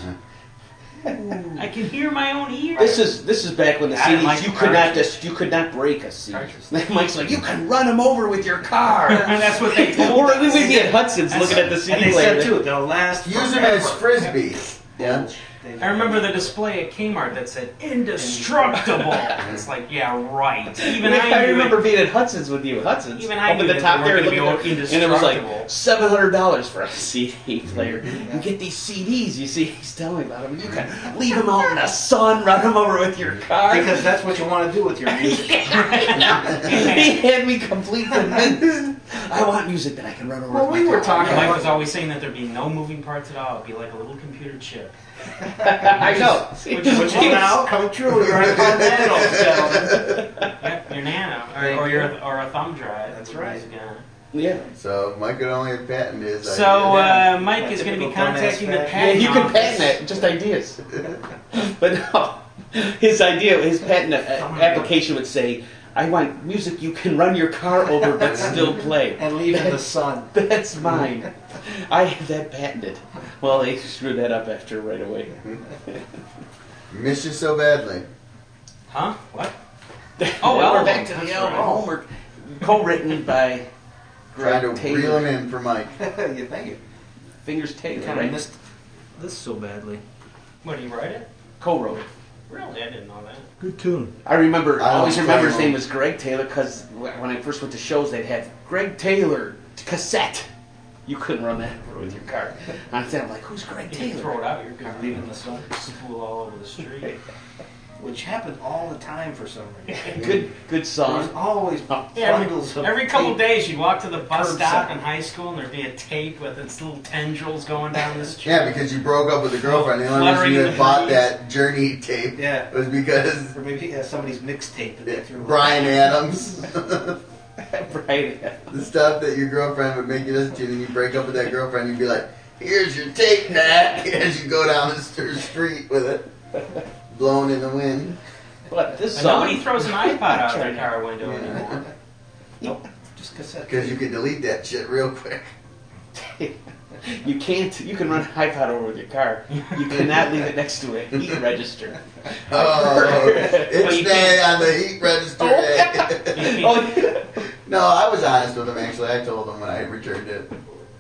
Speaker 1: I can hear my own ears.
Speaker 2: This is this is back when the
Speaker 6: I didn't
Speaker 2: CDs
Speaker 6: like
Speaker 2: you
Speaker 6: the
Speaker 2: could not
Speaker 6: cartridge.
Speaker 2: dis- you could not break a CD.
Speaker 6: Cartridge.
Speaker 2: Mike's like you can run them over with your car.
Speaker 1: that's what they told
Speaker 2: or we
Speaker 1: us.
Speaker 2: would be at Hudson's looking at the
Speaker 3: And
Speaker 2: CD
Speaker 3: they
Speaker 2: player.
Speaker 3: said too, they'll last.
Speaker 4: Use it
Speaker 3: forever.
Speaker 4: as frisbee. Yeah.
Speaker 3: They-
Speaker 1: I remember the display at Kmart that said indestructible. it's like, yeah, right. Even I,
Speaker 2: I
Speaker 1: knew it.
Speaker 2: remember being at Hudson's with you. Hudson's.
Speaker 1: Even I
Speaker 2: Up at
Speaker 1: knew
Speaker 2: the
Speaker 1: that
Speaker 2: top
Speaker 1: they
Speaker 2: there,
Speaker 1: weren't
Speaker 2: looking
Speaker 1: gonna
Speaker 2: at,
Speaker 1: be
Speaker 2: and it was
Speaker 1: indestructible.
Speaker 2: like seven hundred dollars for a CD player. You get these CDs. You see, he's telling me about them. You can leave them out in the sun, run them over with your car.
Speaker 3: Because that's what you want to do with your music.
Speaker 2: he had me complete convinced. I want music that I can run over.
Speaker 3: Well,
Speaker 2: with
Speaker 3: we
Speaker 2: my
Speaker 3: were
Speaker 2: car.
Speaker 3: talking
Speaker 1: Mike was always saying that there'd be no moving parts at all. It'd be like a little computer chip.
Speaker 2: I know.
Speaker 1: Which is
Speaker 3: Which is
Speaker 1: what you
Speaker 3: now coming true. You're on
Speaker 1: Your nano,
Speaker 3: Continental, so.
Speaker 1: Yep, your nano,
Speaker 3: Thank
Speaker 1: or, or your
Speaker 3: you.
Speaker 1: or a thumb drive.
Speaker 3: That's
Speaker 1: is what he's gonna-
Speaker 2: Yeah.
Speaker 4: So Mike could only have patented his
Speaker 1: So
Speaker 4: idea.
Speaker 1: uh, Mike is going to
Speaker 3: Typical
Speaker 1: be contacting the
Speaker 3: dumbass
Speaker 2: Yeah,
Speaker 1: patent.
Speaker 2: you can
Speaker 1: office.
Speaker 2: patent that. Just ideas. but no, his idea, his patent uh, application would say, "I want music you can run your car over but still play."
Speaker 3: And leave in the sun.
Speaker 2: That's mine. I have that patented. Well, they screwed that up after right away.
Speaker 4: Missed you so badly.
Speaker 1: Huh? What?
Speaker 2: Now
Speaker 1: album.
Speaker 2: Oh, we're back to the
Speaker 1: That's
Speaker 2: album
Speaker 1: right.
Speaker 2: homework, co-written by
Speaker 4: Trying to
Speaker 2: Taylor.
Speaker 4: reel him in for Mike.
Speaker 3: you think it?
Speaker 2: Fingers
Speaker 3: You
Speaker 2: Taylor.
Speaker 3: kind of
Speaker 2: right?
Speaker 3: missed this so badly.
Speaker 1: What, do you write it?
Speaker 2: Co-wrote. it.
Speaker 1: Really? I didn't know that.
Speaker 5: Good tune.
Speaker 2: I remember,
Speaker 4: I
Speaker 2: I always
Speaker 4: don't
Speaker 2: remember
Speaker 4: know.
Speaker 2: his name was Greg Taylor because when I first went to shows, they'd have Greg Taylor cassette. You couldn't run that over with your car. And I'm like, who's Greg
Speaker 1: You can throw
Speaker 2: Taylor?
Speaker 1: it out. You're going to leave it in the sun. Spool all over the street.
Speaker 3: Which happened all the time for some reason.
Speaker 2: Good, good
Speaker 3: There was
Speaker 2: song.
Speaker 3: always bundles
Speaker 1: Every,
Speaker 3: of
Speaker 1: every couple
Speaker 3: tape.
Speaker 1: days, you'd walk to the bus stop
Speaker 3: Curbside.
Speaker 1: in high school, and there'd be a tape with its little tendrils going down the street.
Speaker 4: Yeah, because you broke up with a girlfriend. The only reason
Speaker 1: Fluttering
Speaker 4: you
Speaker 1: in
Speaker 4: had
Speaker 1: the
Speaker 4: bought
Speaker 1: breeze.
Speaker 4: that Journey tape
Speaker 3: Yeah.
Speaker 4: was because
Speaker 3: Or maybe yeah, somebody's mixtape that they threw.
Speaker 4: Brian Adams,
Speaker 2: right.
Speaker 4: the stuff that your girlfriend would make you listen to, and then you break up with that girlfriend, you'd be like, "Here's your tape back," as you go down the st- street with it, blown in the wind.
Speaker 2: But this
Speaker 1: And
Speaker 2: song,
Speaker 1: nobody throws an iPod out their car window anymore.
Speaker 4: Yeah.
Speaker 3: Just cassette.
Speaker 4: Because you could delete that shit real quick.
Speaker 2: you can't, you can run an iPod over with your car. You cannot leave it next to a heat register.
Speaker 4: Oh,
Speaker 1: Well, you
Speaker 4: it's day on the heat register day.
Speaker 2: Oh,
Speaker 4: No, I was honest with him. Actually, I told him when I returned it.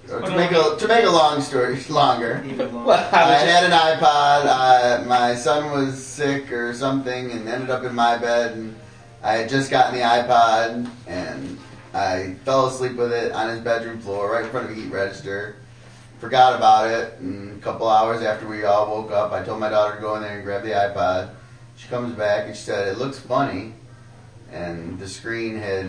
Speaker 4: Uh, To
Speaker 1: Well,
Speaker 4: make a to make a long story longer,
Speaker 3: Even longer.
Speaker 2: well,
Speaker 4: I
Speaker 2: I was
Speaker 4: had an iPod. Uh, my son was sick or something, and ended up in my bed. And I had just gotten the iPod, and I fell asleep with it on his bedroom floor, right in front of the heat register. Forgot about it, and a couple hours after we all woke up, I told my daughter to go in there and grab the iPod. She comes back and she said, "It looks funny," and the screen had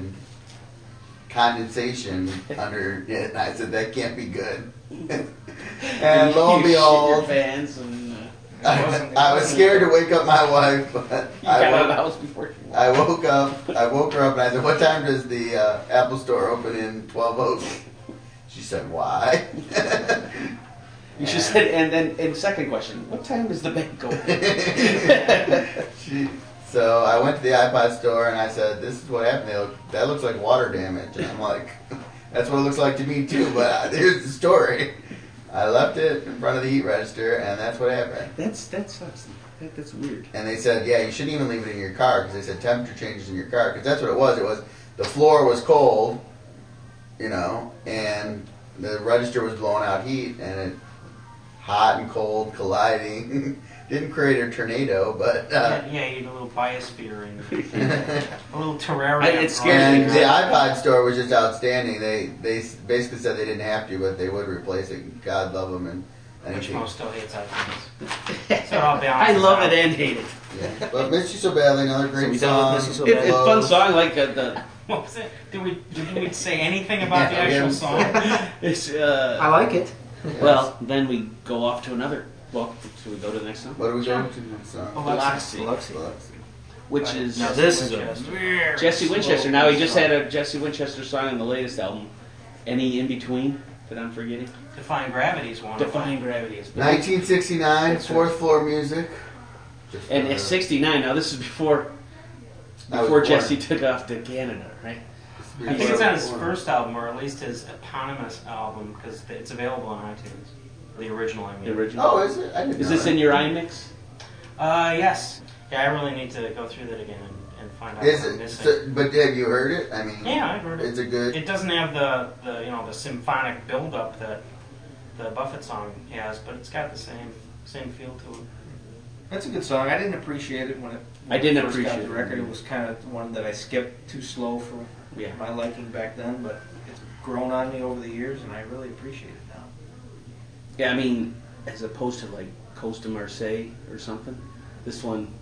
Speaker 4: condensation under it. And I said, "That can't be good." and lo and
Speaker 2: you shit your
Speaker 4: behold,
Speaker 2: fans and uh,
Speaker 4: I, I was scared to wake up my wife, but
Speaker 2: you
Speaker 4: I
Speaker 2: got out of the
Speaker 4: woke,
Speaker 2: house before you
Speaker 4: I woke up. I woke her up and I said, "What time does the uh, Apple Store open in Twelve Oaks?" She said, "Why?"
Speaker 2: You should said, and then, and second question, what time does the bank open?
Speaker 4: she, so I went to the iPod store and I said, "This is what happened. They look, that looks like water damage." And I'm like, "That's what it looks like to me too." But here's the story. I left it in front of the heat register, and that's what happened.
Speaker 2: That's that sucks. That, that's weird.
Speaker 4: And they said, yeah, you shouldn't even leave it in your car because they said temperature changes in your car because that's what it was. It was the floor was cold, you know, and the register was blowing out heat and it hot and cold colliding. Didn't create a tornado, but uh,
Speaker 1: Yeah, yeah, you need a little biosphere in A little terrarium.
Speaker 2: I- it scares
Speaker 4: and
Speaker 2: me.
Speaker 4: the iPod store was just outstanding. They they s- basically said they didn't have to, but they would replace it. God love them and. and
Speaker 1: Which
Speaker 4: if you-
Speaker 1: most still hates iTunes. So I'll be honest.
Speaker 2: I love it eh? and hate it.
Speaker 4: yeah. But Miss You So Badly, another great song.
Speaker 2: It- it's a fun
Speaker 4: Love.
Speaker 2: song, like uh, the
Speaker 1: What was it? Did we did we say anything about
Speaker 4: Yeah,
Speaker 1: the actual
Speaker 4: yeah.
Speaker 1: song?
Speaker 2: it's. Uh,
Speaker 3: like it.
Speaker 2: well, then we go off to another. Well, should we go to the next one?
Speaker 4: What are we going to? next
Speaker 1: Oh,
Speaker 4: song?
Speaker 2: Biloxi,
Speaker 4: Biloxi.
Speaker 2: which is
Speaker 1: Now
Speaker 3: this is a-
Speaker 1: a
Speaker 2: Jesse Winchester. Now he just had a Jesse Winchester song in the latest album. Any in between?
Speaker 7: that I'm forgetting?
Speaker 1: Defying Gravity is one. of them.
Speaker 7: Defying Gravity is
Speaker 4: 1969, fourth floor music.
Speaker 2: And at 69, now this is before
Speaker 4: I was
Speaker 2: before
Speaker 4: born.
Speaker 2: Jesse took off to Canada, right?
Speaker 1: I think it's on his first album, or at least his eponymous album, because it's available on iTunes. The original, I mean.
Speaker 2: The original.
Speaker 4: Oh, is it? I didn't
Speaker 2: Is
Speaker 4: know
Speaker 2: this
Speaker 4: that.
Speaker 2: in your iMix?
Speaker 1: Uh, yes. Yeah, I really need to go through that again and, and find out
Speaker 4: Is
Speaker 1: what I'm
Speaker 4: it?
Speaker 1: missing.
Speaker 4: so- but have you heard it? I mean,
Speaker 1: yeah, I've heard it.
Speaker 4: it's a good.
Speaker 1: It doesn't have the, the you know the symphonic buildup that the Buffett song has, but it's got the same same feel to it.
Speaker 3: That's a good song. I didn't appreciate it when it.
Speaker 2: I
Speaker 3: When
Speaker 2: didn't
Speaker 3: first got
Speaker 2: appreciate
Speaker 3: the
Speaker 2: it.
Speaker 3: record. It was kind of one that I skipped too slow for
Speaker 2: Yeah.
Speaker 3: my liking back then, but it's grown on me over the years, and I really appreciate it now.
Speaker 2: Yeah, I mean, as opposed to like Coast to Marseille or something, this one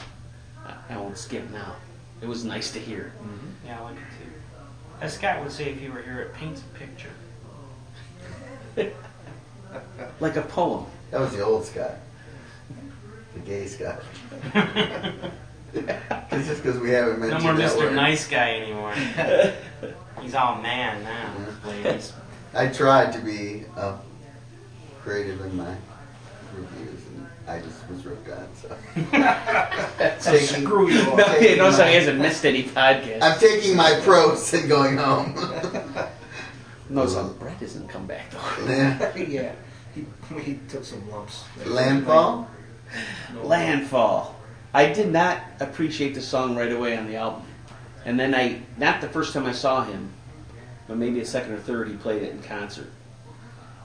Speaker 2: I, I won't skip now. It was nice to hear.
Speaker 1: Yeah, I like it too. As Scott would say if he were here, it paints a picture.
Speaker 2: Like a poem.
Speaker 4: That was the old Scott, the gay Scott. it's just because we haven't
Speaker 1: No
Speaker 4: mentioned
Speaker 1: more
Speaker 4: that
Speaker 1: Mr.
Speaker 4: word.
Speaker 1: Nice Guy anymore. He's all man now, ladies.
Speaker 4: I tried to be uh, creative in my reviews, and I just was ripped on. So, taking,
Speaker 3: you
Speaker 2: No,
Speaker 4: taking
Speaker 2: you know, so
Speaker 4: my-
Speaker 2: he hasn't missed any podcast.
Speaker 4: I'm taking my pros and going home.
Speaker 2: no, so Brett doesn't come back though.
Speaker 3: yeah. He, he took some lumps.
Speaker 4: Landfall.
Speaker 3: No.
Speaker 2: Landfall. I did not appreciate the song right away on the album, and then I not the first time I saw him, but maybe a second or third he played it in concert.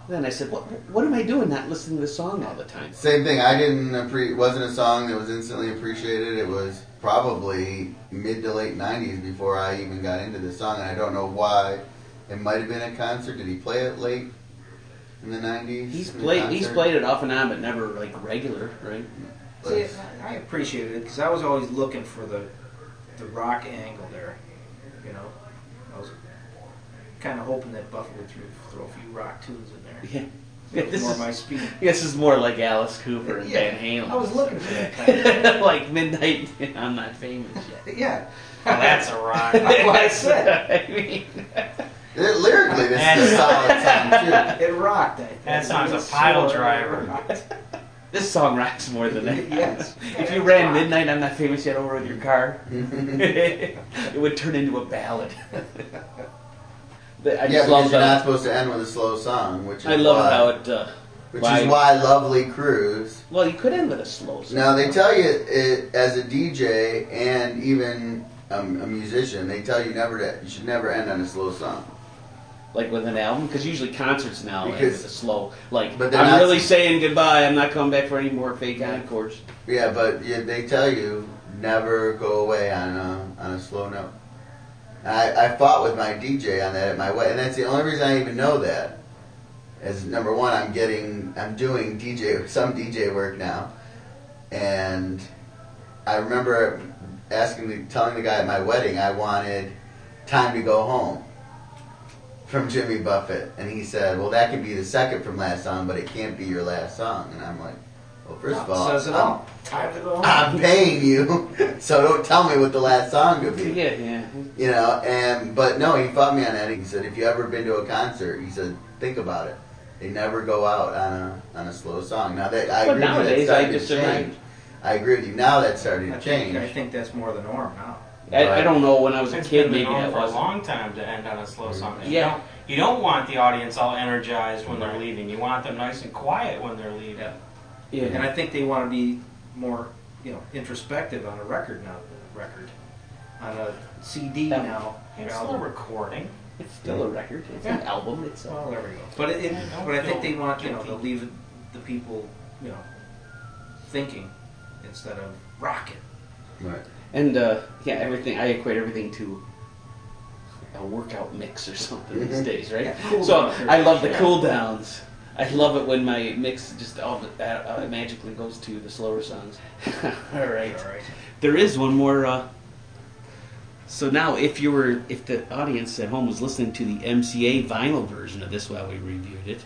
Speaker 2: Then I said, "What? What am I doing? Not listening to the song all the time?"
Speaker 4: Same thing. I didn't. Appre- it wasn't a song that was instantly appreciated. It was probably mid to late '90s before I even got into the song, and I don't know why. It might have been a concert. Did he play it late in the '90s?
Speaker 2: He's
Speaker 4: in a
Speaker 2: played. He's
Speaker 4: concert?
Speaker 2: played it off and on, but never like regular, right?
Speaker 3: See, I appreciated it because I was always looking for the the rock angle there. You know, I was kind of hoping that Buffett would throw, throw a few rock tunes in there.
Speaker 2: Yeah.
Speaker 3: That was
Speaker 2: This
Speaker 3: more
Speaker 2: is-
Speaker 3: my speed.
Speaker 2: This is more like Alice Cooper and
Speaker 3: Yeah,
Speaker 2: Van
Speaker 3: I was looking for that. Kind
Speaker 2: Halen. like midnight. I'm not famous yet.
Speaker 3: of, yeah,
Speaker 1: Well, that's a rock.
Speaker 3: That's what I said.
Speaker 2: I mean,
Speaker 4: It, lyrically, this is a solid song too.
Speaker 3: It rocked. I think.
Speaker 1: That sounds
Speaker 3: It's
Speaker 1: a pile
Speaker 3: so-
Speaker 1: driver.
Speaker 3: it rocked.
Speaker 2: this song rocks more than that.
Speaker 3: yes.
Speaker 2: If you ran midnight, I'm not famous yet over with your car, it would turn into a ballad. But I
Speaker 4: Yeah,
Speaker 2: just
Speaker 4: because
Speaker 2: love
Speaker 4: you're not
Speaker 2: that.
Speaker 4: supposed to end with a slow song, which is
Speaker 2: I love
Speaker 4: why,
Speaker 2: how it. Uh,
Speaker 4: which
Speaker 2: why-
Speaker 4: is why Lovely Cruise
Speaker 2: well, you could end with a slow song.
Speaker 4: Now they tell you it, as a DJ and even um, a musician, they tell you never to. You should never end on a slow song.
Speaker 2: like with an album because usually concerts now end
Speaker 4: Because-
Speaker 2: with a slow like
Speaker 4: but they're
Speaker 2: i'm
Speaker 4: not-
Speaker 2: really saying goodbye i'm not coming back for any more fake encores
Speaker 4: Yeah, but you, they tell you never go away on a on a slow note. I, I fought with my DJ on that at my wedding, and that's the only reason I even know that. Is number one, I'm getting, I'm doing DJ some DJ work now, and I remember asking, the, telling the guy at my wedding I wanted "Time to Go Home" from Jimmy Buffett, and he said, "Well, that could be the second from last song, but it can't be your last song." And I'm like, "Well, first of all, Ah.
Speaker 3: says it
Speaker 4: I'm-
Speaker 3: all. um, Time to go home.
Speaker 4: I'm paying you, so don't tell me what the last song could be.
Speaker 2: yeah yeah
Speaker 4: You know, and but no, he fought me on that. He said, if you ever been to a concert, he said, think about it. They never go out on a on a slow song. Now that I
Speaker 2: But
Speaker 4: agree with you,
Speaker 2: nowadays, I
Speaker 4: that started to
Speaker 2: disagree.
Speaker 4: change. I agree with you. Now that's starting
Speaker 3: I
Speaker 4: to
Speaker 3: think, I
Speaker 4: change.
Speaker 3: think that's more the norm now.
Speaker 2: I, I don't know when i was a
Speaker 1: It's
Speaker 2: kid
Speaker 1: been the
Speaker 2: maybe
Speaker 1: norm
Speaker 2: that
Speaker 1: for a
Speaker 2: was
Speaker 1: long time to end on a slow song. You
Speaker 2: Yeah.
Speaker 1: don't, you don't want the audience all energized when they're leaving. You want them nice and quiet when they're leaving.
Speaker 3: Yeah. And
Speaker 2: yeah
Speaker 3: I think they want to be more, you know, introspective on a record now. Record on a CD
Speaker 2: Yeah.
Speaker 3: now.
Speaker 1: It's
Speaker 3: album.
Speaker 1: still recording.
Speaker 2: it's still a record it's an album it's a,
Speaker 3: Well, there we go. But it, it,
Speaker 1: Yeah,
Speaker 3: but I think
Speaker 1: don't
Speaker 3: they
Speaker 1: feel
Speaker 3: want you know
Speaker 1: guilty.
Speaker 3: to leave the people you know thinking instead of rocking.
Speaker 4: Right.
Speaker 2: and uh yeah everything i equate everything to a workout mix or something
Speaker 4: Mm-hmm.
Speaker 2: these days right
Speaker 3: Yeah, cool
Speaker 2: so
Speaker 3: down.
Speaker 2: i love the
Speaker 3: Yeah.
Speaker 2: cool downs I love it when my mix just all uh, uh, magically goes to the slower songs. all right.
Speaker 3: All right.
Speaker 2: There is one more. Uh, so now, if you were, if the audience at home was listening to the MCA vinyl version of this while we reviewed it,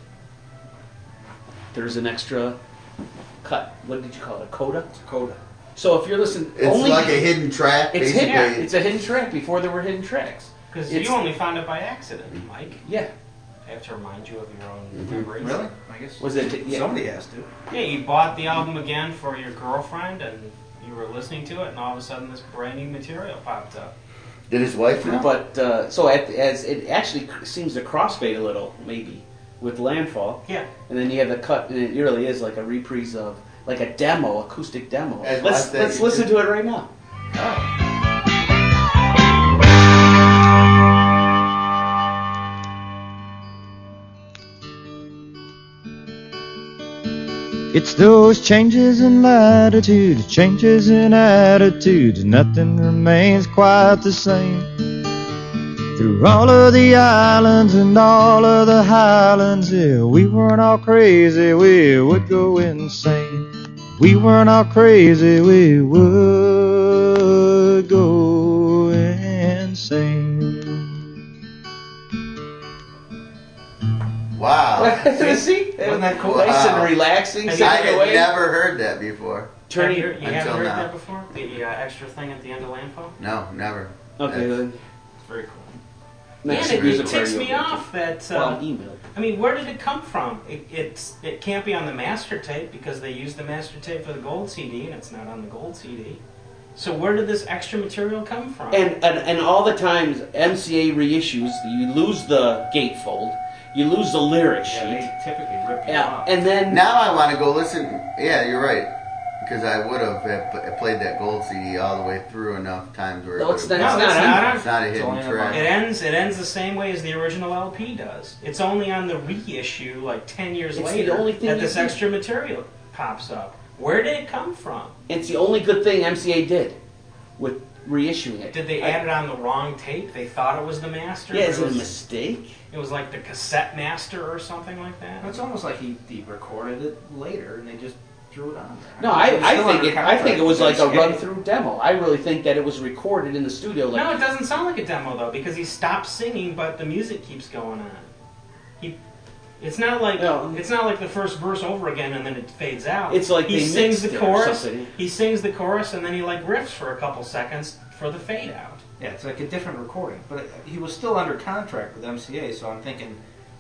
Speaker 2: there's an extra cut. What did you call it? A coda.
Speaker 3: Coda.
Speaker 2: So if you're listening,
Speaker 4: It's
Speaker 2: only
Speaker 4: like a hidden track,
Speaker 2: it's
Speaker 4: basically.
Speaker 2: hidden. It's a hidden track before there were hidden tracks.
Speaker 1: Because
Speaker 2: It's-
Speaker 1: you only found it by accident, Mike.
Speaker 2: Yeah.
Speaker 1: have to remind you of your own memories.
Speaker 3: Really? I guess.
Speaker 2: Was it? Yeah.
Speaker 3: Somebody has to.
Speaker 1: Yeah, you bought the album again for your girlfriend, and you were listening to it, and all of a sudden this brand new material popped up.
Speaker 4: Did his wife know?
Speaker 2: But uh, so at, as it actually cr- seems to crossfade a little, maybe with landfall,
Speaker 1: Yeah.
Speaker 2: and then you have the cut, and it really is like a reprise of like a demo, acoustic demo.
Speaker 4: As
Speaker 2: let's
Speaker 4: I said,
Speaker 2: let's
Speaker 4: you
Speaker 2: listen
Speaker 4: could-
Speaker 2: to it right now.
Speaker 8: It's those changes in latitude, changes in attitude, nothing remains quite the same. Through all of the islands and all of the highlands, yeah, we weren't all crazy, we would go insane. We weren't all crazy, we would go insane.
Speaker 4: Wow.
Speaker 2: See,
Speaker 3: Wasn't that cool?
Speaker 2: Nice
Speaker 4: Wow.
Speaker 2: and relaxing.
Speaker 1: I
Speaker 4: I
Speaker 2: singing
Speaker 4: had
Speaker 2: away.
Speaker 4: never heard that before.
Speaker 1: Have
Speaker 2: turning.
Speaker 1: you, you haven't
Speaker 4: until
Speaker 1: heard
Speaker 4: now.
Speaker 1: that before? The uh, extra thing at the end of landfall?
Speaker 4: No, never.
Speaker 2: Okay, then.
Speaker 1: It's very cool.
Speaker 2: Next
Speaker 1: and it,
Speaker 2: music
Speaker 1: it ticks
Speaker 2: video.
Speaker 1: me off that. Uh,
Speaker 2: Well, email.
Speaker 1: I mean, where did it come from? It, it's it can't be on the master tape because they used the master tape for the gold CD, and it's not on the gold CD. So where did this extra material come from?
Speaker 2: And, and and all the times MCA reissues, you lose the gatefold, you lose the lyric sheet.
Speaker 6: Yeah, they typically rip you
Speaker 2: Yeah,
Speaker 6: off.
Speaker 2: and then
Speaker 4: Now I want to go listen. Yeah, you're right. Because I would have had pl- played that gold CD all the way through enough times where
Speaker 2: No,
Speaker 4: it
Speaker 2: it's
Speaker 4: would've
Speaker 2: not-
Speaker 4: been-
Speaker 2: it's
Speaker 1: not on-
Speaker 4: it's not a hidden
Speaker 3: only on
Speaker 1: it
Speaker 4: track.
Speaker 1: ends it ends the same way as the original LP does. It's only on the reissue like ten years
Speaker 2: It's the
Speaker 1: later
Speaker 2: only thing
Speaker 1: that
Speaker 2: you
Speaker 1: this
Speaker 2: can-
Speaker 1: extra material pops up. Where did it come from?
Speaker 2: it's the only good thing MCA did with reissuing it.
Speaker 1: Did they add it on the wrong tape? They thought it was the master.
Speaker 2: Yeah,
Speaker 1: but
Speaker 2: is
Speaker 1: it
Speaker 2: it a
Speaker 1: was,
Speaker 2: mistake?
Speaker 1: it was like the cassette master or something like that.
Speaker 3: It's almost like he, he recorded it later and they just threw it on there.
Speaker 2: No, I,
Speaker 3: It's
Speaker 2: I
Speaker 3: still
Speaker 2: think
Speaker 3: under
Speaker 2: it, I think it was like a
Speaker 3: contract.
Speaker 2: run through demo. I really think that it was recorded in the studio. Like
Speaker 1: No, it doesn't sound like a demo though, because he stops singing, but the music keeps going on. He, it's not like
Speaker 2: No.
Speaker 1: it's not like the first verse over again and then it fades out.
Speaker 2: It's like
Speaker 1: he
Speaker 2: they
Speaker 1: sings
Speaker 2: mixed
Speaker 1: the
Speaker 2: it or
Speaker 1: chorus.
Speaker 2: something.
Speaker 1: He sings the chorus and then he like riffs for a couple seconds for the fade out.
Speaker 3: Yeah, it's like a different recording. But it, he was still under contract with MCA, so I'm thinking,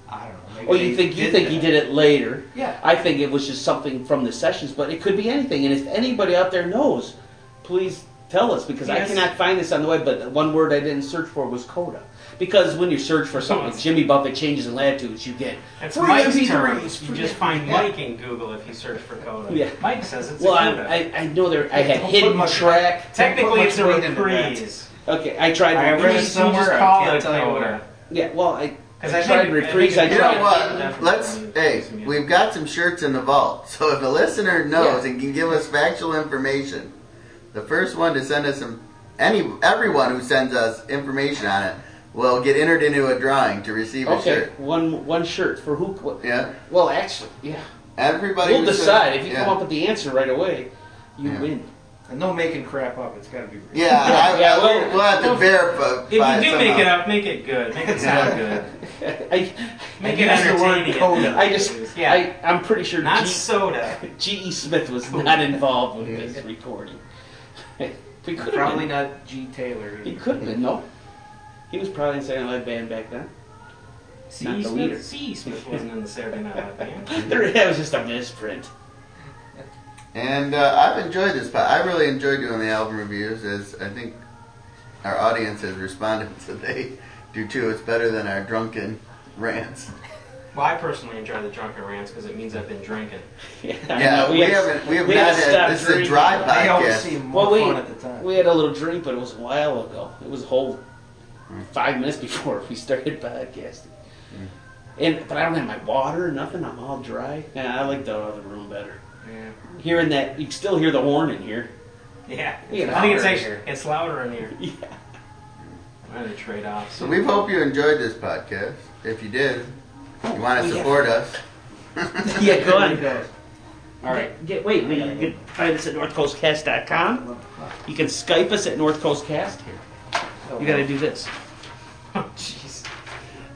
Speaker 3: I don't know. Maybe
Speaker 2: Oh, you
Speaker 3: they
Speaker 2: think you
Speaker 3: did
Speaker 2: think
Speaker 3: that.
Speaker 2: he did it later?
Speaker 3: Yeah.
Speaker 2: I think it was just something from the sessions, but it could be anything. And if anybody out there knows, please tell us because
Speaker 1: Yes.
Speaker 2: I cannot find this on the web. But one word I didn't search for was coda. Because when you search for something,
Speaker 1: it's-
Speaker 2: Jimmy Buffett changes in latitudes, you get
Speaker 1: That's
Speaker 2: free
Speaker 1: Mike's
Speaker 2: MP3s,
Speaker 1: term. You
Speaker 2: free
Speaker 1: just find Mike in Google if you search for coda.
Speaker 2: Yeah.
Speaker 1: Mike says it's
Speaker 2: Well,
Speaker 1: a coda.
Speaker 2: I, I, I know there. I had
Speaker 3: Don't put
Speaker 2: hidden
Speaker 3: much-
Speaker 2: track.
Speaker 1: Technically,
Speaker 3: Don't put
Speaker 1: it's a
Speaker 3: much weight into that.
Speaker 1: reprise.
Speaker 2: Okay, I tried.
Speaker 3: I
Speaker 2: reprise.
Speaker 3: read
Speaker 1: You
Speaker 3: it
Speaker 1: just- you just
Speaker 3: somewhere.
Speaker 1: call
Speaker 3: I can't
Speaker 1: it
Speaker 3: tell you
Speaker 1: coda.
Speaker 3: where.
Speaker 2: Yeah, well, I,
Speaker 1: 'Cause
Speaker 2: I
Speaker 1: I
Speaker 2: tried
Speaker 1: think- I
Speaker 2: reprise. I
Speaker 1: think
Speaker 4: You
Speaker 1: it's-
Speaker 4: know
Speaker 2: tried.
Speaker 4: what? Let's hey, we've got some shirts in the vault. So if a listener knows and can give us factual information, the first one to send us some any everyone who sends us information on it will get entered into a drawing to receive a
Speaker 2: Okay,
Speaker 4: shirt.
Speaker 2: one one shirt for who? What,
Speaker 4: Yeah,
Speaker 2: Well, actually, yeah.
Speaker 4: everybody.
Speaker 2: We'll
Speaker 4: who sends-
Speaker 2: decide. If you
Speaker 4: yeah.
Speaker 2: come up with the answer right away, you
Speaker 4: Yeah.
Speaker 2: win.
Speaker 3: And no making crap up. It's got to be real.
Speaker 4: Yeah, I,
Speaker 2: Yeah,
Speaker 4: I-
Speaker 2: well-
Speaker 4: we'll, have to
Speaker 1: well,
Speaker 4: verify.
Speaker 1: If you do make it up, make it good. Make it sound good.
Speaker 2: I,
Speaker 1: Make
Speaker 3: And
Speaker 1: it
Speaker 3: use the word
Speaker 1: entertaining.
Speaker 3: coda.
Speaker 2: I just,
Speaker 1: Yeah.
Speaker 2: I, I'm pretty sure
Speaker 1: Not
Speaker 2: G-
Speaker 1: soda.
Speaker 2: G.E. Smith was not involved with this recording. we could have been.
Speaker 3: Probably not G. Taylor.
Speaker 2: He could have been, no. He was probably in Saturday Night Live Band back then.
Speaker 1: C.
Speaker 2: Not the
Speaker 1: Smith.
Speaker 2: leader.
Speaker 1: C. Smith wasn't in the Saturday Night Live band.
Speaker 4: Mm-hmm.
Speaker 2: There, that was just a misprint.
Speaker 4: And uh, I've enjoyed this. Pod. I really enjoyed doing the album reviews, as I think our audience has responded to. They do too. It's better than our drunken rants.
Speaker 1: Well, I personally enjoy the drunken rants because it means I've been drinking.
Speaker 2: Yeah,
Speaker 4: Yeah,
Speaker 2: no,
Speaker 4: we,
Speaker 2: had-
Speaker 4: haven't. We have
Speaker 2: we had
Speaker 4: not.
Speaker 2: to stop
Speaker 4: Had, this is a
Speaker 2: drinking.
Speaker 4: dry
Speaker 3: I always
Speaker 4: podcast.
Speaker 3: seem more
Speaker 2: Well, we,
Speaker 3: fun at the time.
Speaker 2: we had a little drink, but it was a while ago. It was a whole five minutes before we started podcasting.
Speaker 3: Mm.
Speaker 2: And but I don't have my water, nothing. I'm all dry. Yeah, I like the other room better.
Speaker 1: Yeah.
Speaker 2: Hearing that, you can still hear the horn in here.
Speaker 1: Yeah.
Speaker 2: You know.
Speaker 1: I think it's
Speaker 3: louder in
Speaker 1: actually
Speaker 3: here.
Speaker 1: it's louder in here.
Speaker 2: Yeah.
Speaker 1: I'm gonna trade off.
Speaker 4: So we hope you enjoyed this podcast. If you did, you want to
Speaker 2: yeah.
Speaker 4: support us.
Speaker 2: Yeah, go on.
Speaker 3: There
Speaker 2: All right. Get, wait, wait. You can find us at northcoastcast.com. You can Skype us at northcoastcast. Here,
Speaker 3: goes.
Speaker 2: you got to do this.
Speaker 1: Oh, jeez.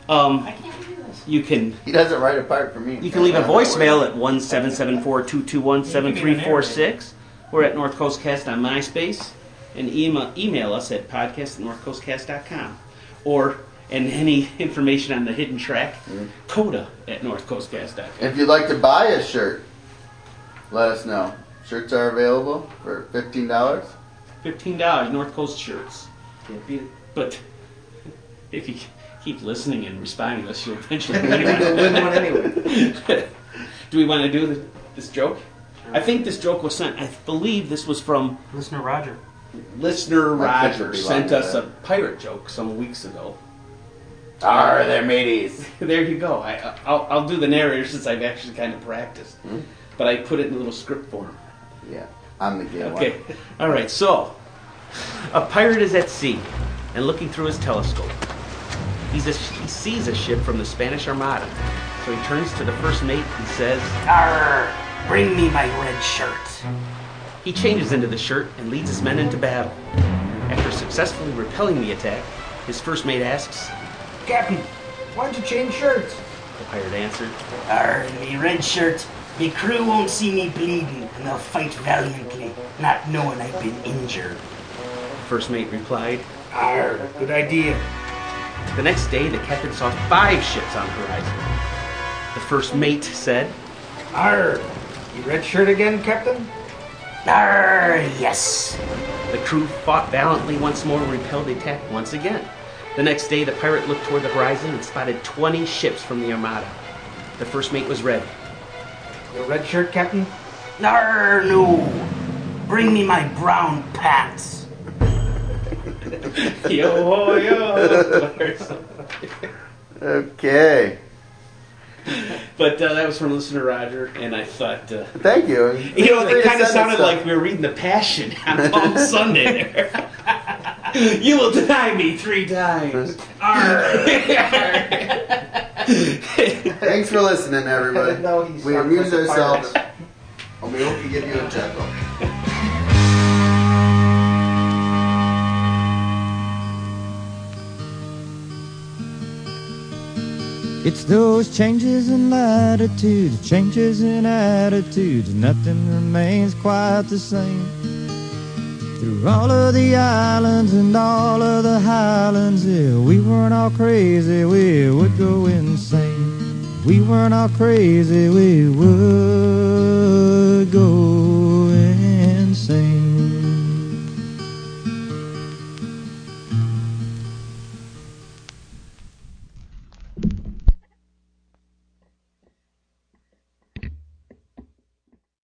Speaker 2: Um,
Speaker 1: I can't do this.
Speaker 2: you can
Speaker 4: He doesn't write apart from me.
Speaker 2: you can leave a voicemail at one seven seven four two two one seven three four six. We're at North Coast Cast on MySpace, and email email us at podcast at northcoastcast.com. Or and any information on the hidden track, coda at northcoastgas.com.
Speaker 4: If you'd like to buy a shirt, let us know. Shirts are available for fifteen dollars.
Speaker 2: Fifteen dollars, North Coast shirts.
Speaker 3: Can't beat it.
Speaker 2: But if you keep listening and responding to us, you'll eventually
Speaker 3: You'll
Speaker 2: win
Speaker 3: win one anyway.
Speaker 2: one. do we want to do the, this joke? I think this joke was sent. I believe this was from
Speaker 9: Listener Roger.
Speaker 2: listener
Speaker 4: My picture
Speaker 2: Roger.
Speaker 4: belonged
Speaker 2: Sent
Speaker 4: to
Speaker 2: us
Speaker 4: that.
Speaker 2: a pirate joke some weeks ago.
Speaker 4: Are there mateys?
Speaker 2: there you go. I, I- I'll, I'll do the narrator since I've actually kind of practiced,
Speaker 3: Hmm?
Speaker 2: but I put it in a little script form.
Speaker 4: Yeah, I'm the gay
Speaker 2: Okay. All right. So, a pirate is at sea and looking through his telescope. He's a, he sees a ship from the Spanish Armada. So he turns to the first mate and says,
Speaker 10: Arr, bring me my red shirt.
Speaker 2: He changes into the shirt and leads his men into battle. After successfully repelling the attack, his first mate asks,
Speaker 10: Captain, why'd you change shirts?
Speaker 2: the pirate answered,
Speaker 10: Arr, me red shirt. Me crew won't see me bleeding, and they'll fight valiantly, not knowing I've been injured.
Speaker 2: the first mate replied,
Speaker 10: Arr, good idea.
Speaker 2: The next day, the captain saw five ships on the horizon. The first mate said,
Speaker 10: Arr, you red shirt again, Captain? Arr, yes.
Speaker 2: The crew fought valiantly once more and repelled the attack once again. The next day, the pirate looked toward the horizon and spotted 20 ships from the Armada. The first mate was red.
Speaker 10: Your red shirt, Captain? Arr, no. Bring me my brown pants.
Speaker 2: yo ho yo!
Speaker 4: Okay.
Speaker 2: but uh, that was from listener Roger, and I thought, uh,
Speaker 4: Thank you.
Speaker 2: you know,
Speaker 4: Feel free
Speaker 2: it
Speaker 4: to
Speaker 2: kind of
Speaker 4: send us
Speaker 2: sounded
Speaker 4: stuff.
Speaker 2: like we were reading The Passion on Palm Sunday there. you will deny me three times.
Speaker 4: Thanks for listening, everybody.
Speaker 3: No, he's
Speaker 4: Uh, we
Speaker 3: not
Speaker 4: amuse
Speaker 3: with the
Speaker 4: ourselves, and we hope we give you a chuckle.
Speaker 8: It's those changes in latitude, changes in attitude, nothing remains quite the same. Through all of the islands and all of the highlands, if we weren't all crazy, we would go insane. If we weren't all crazy, we would go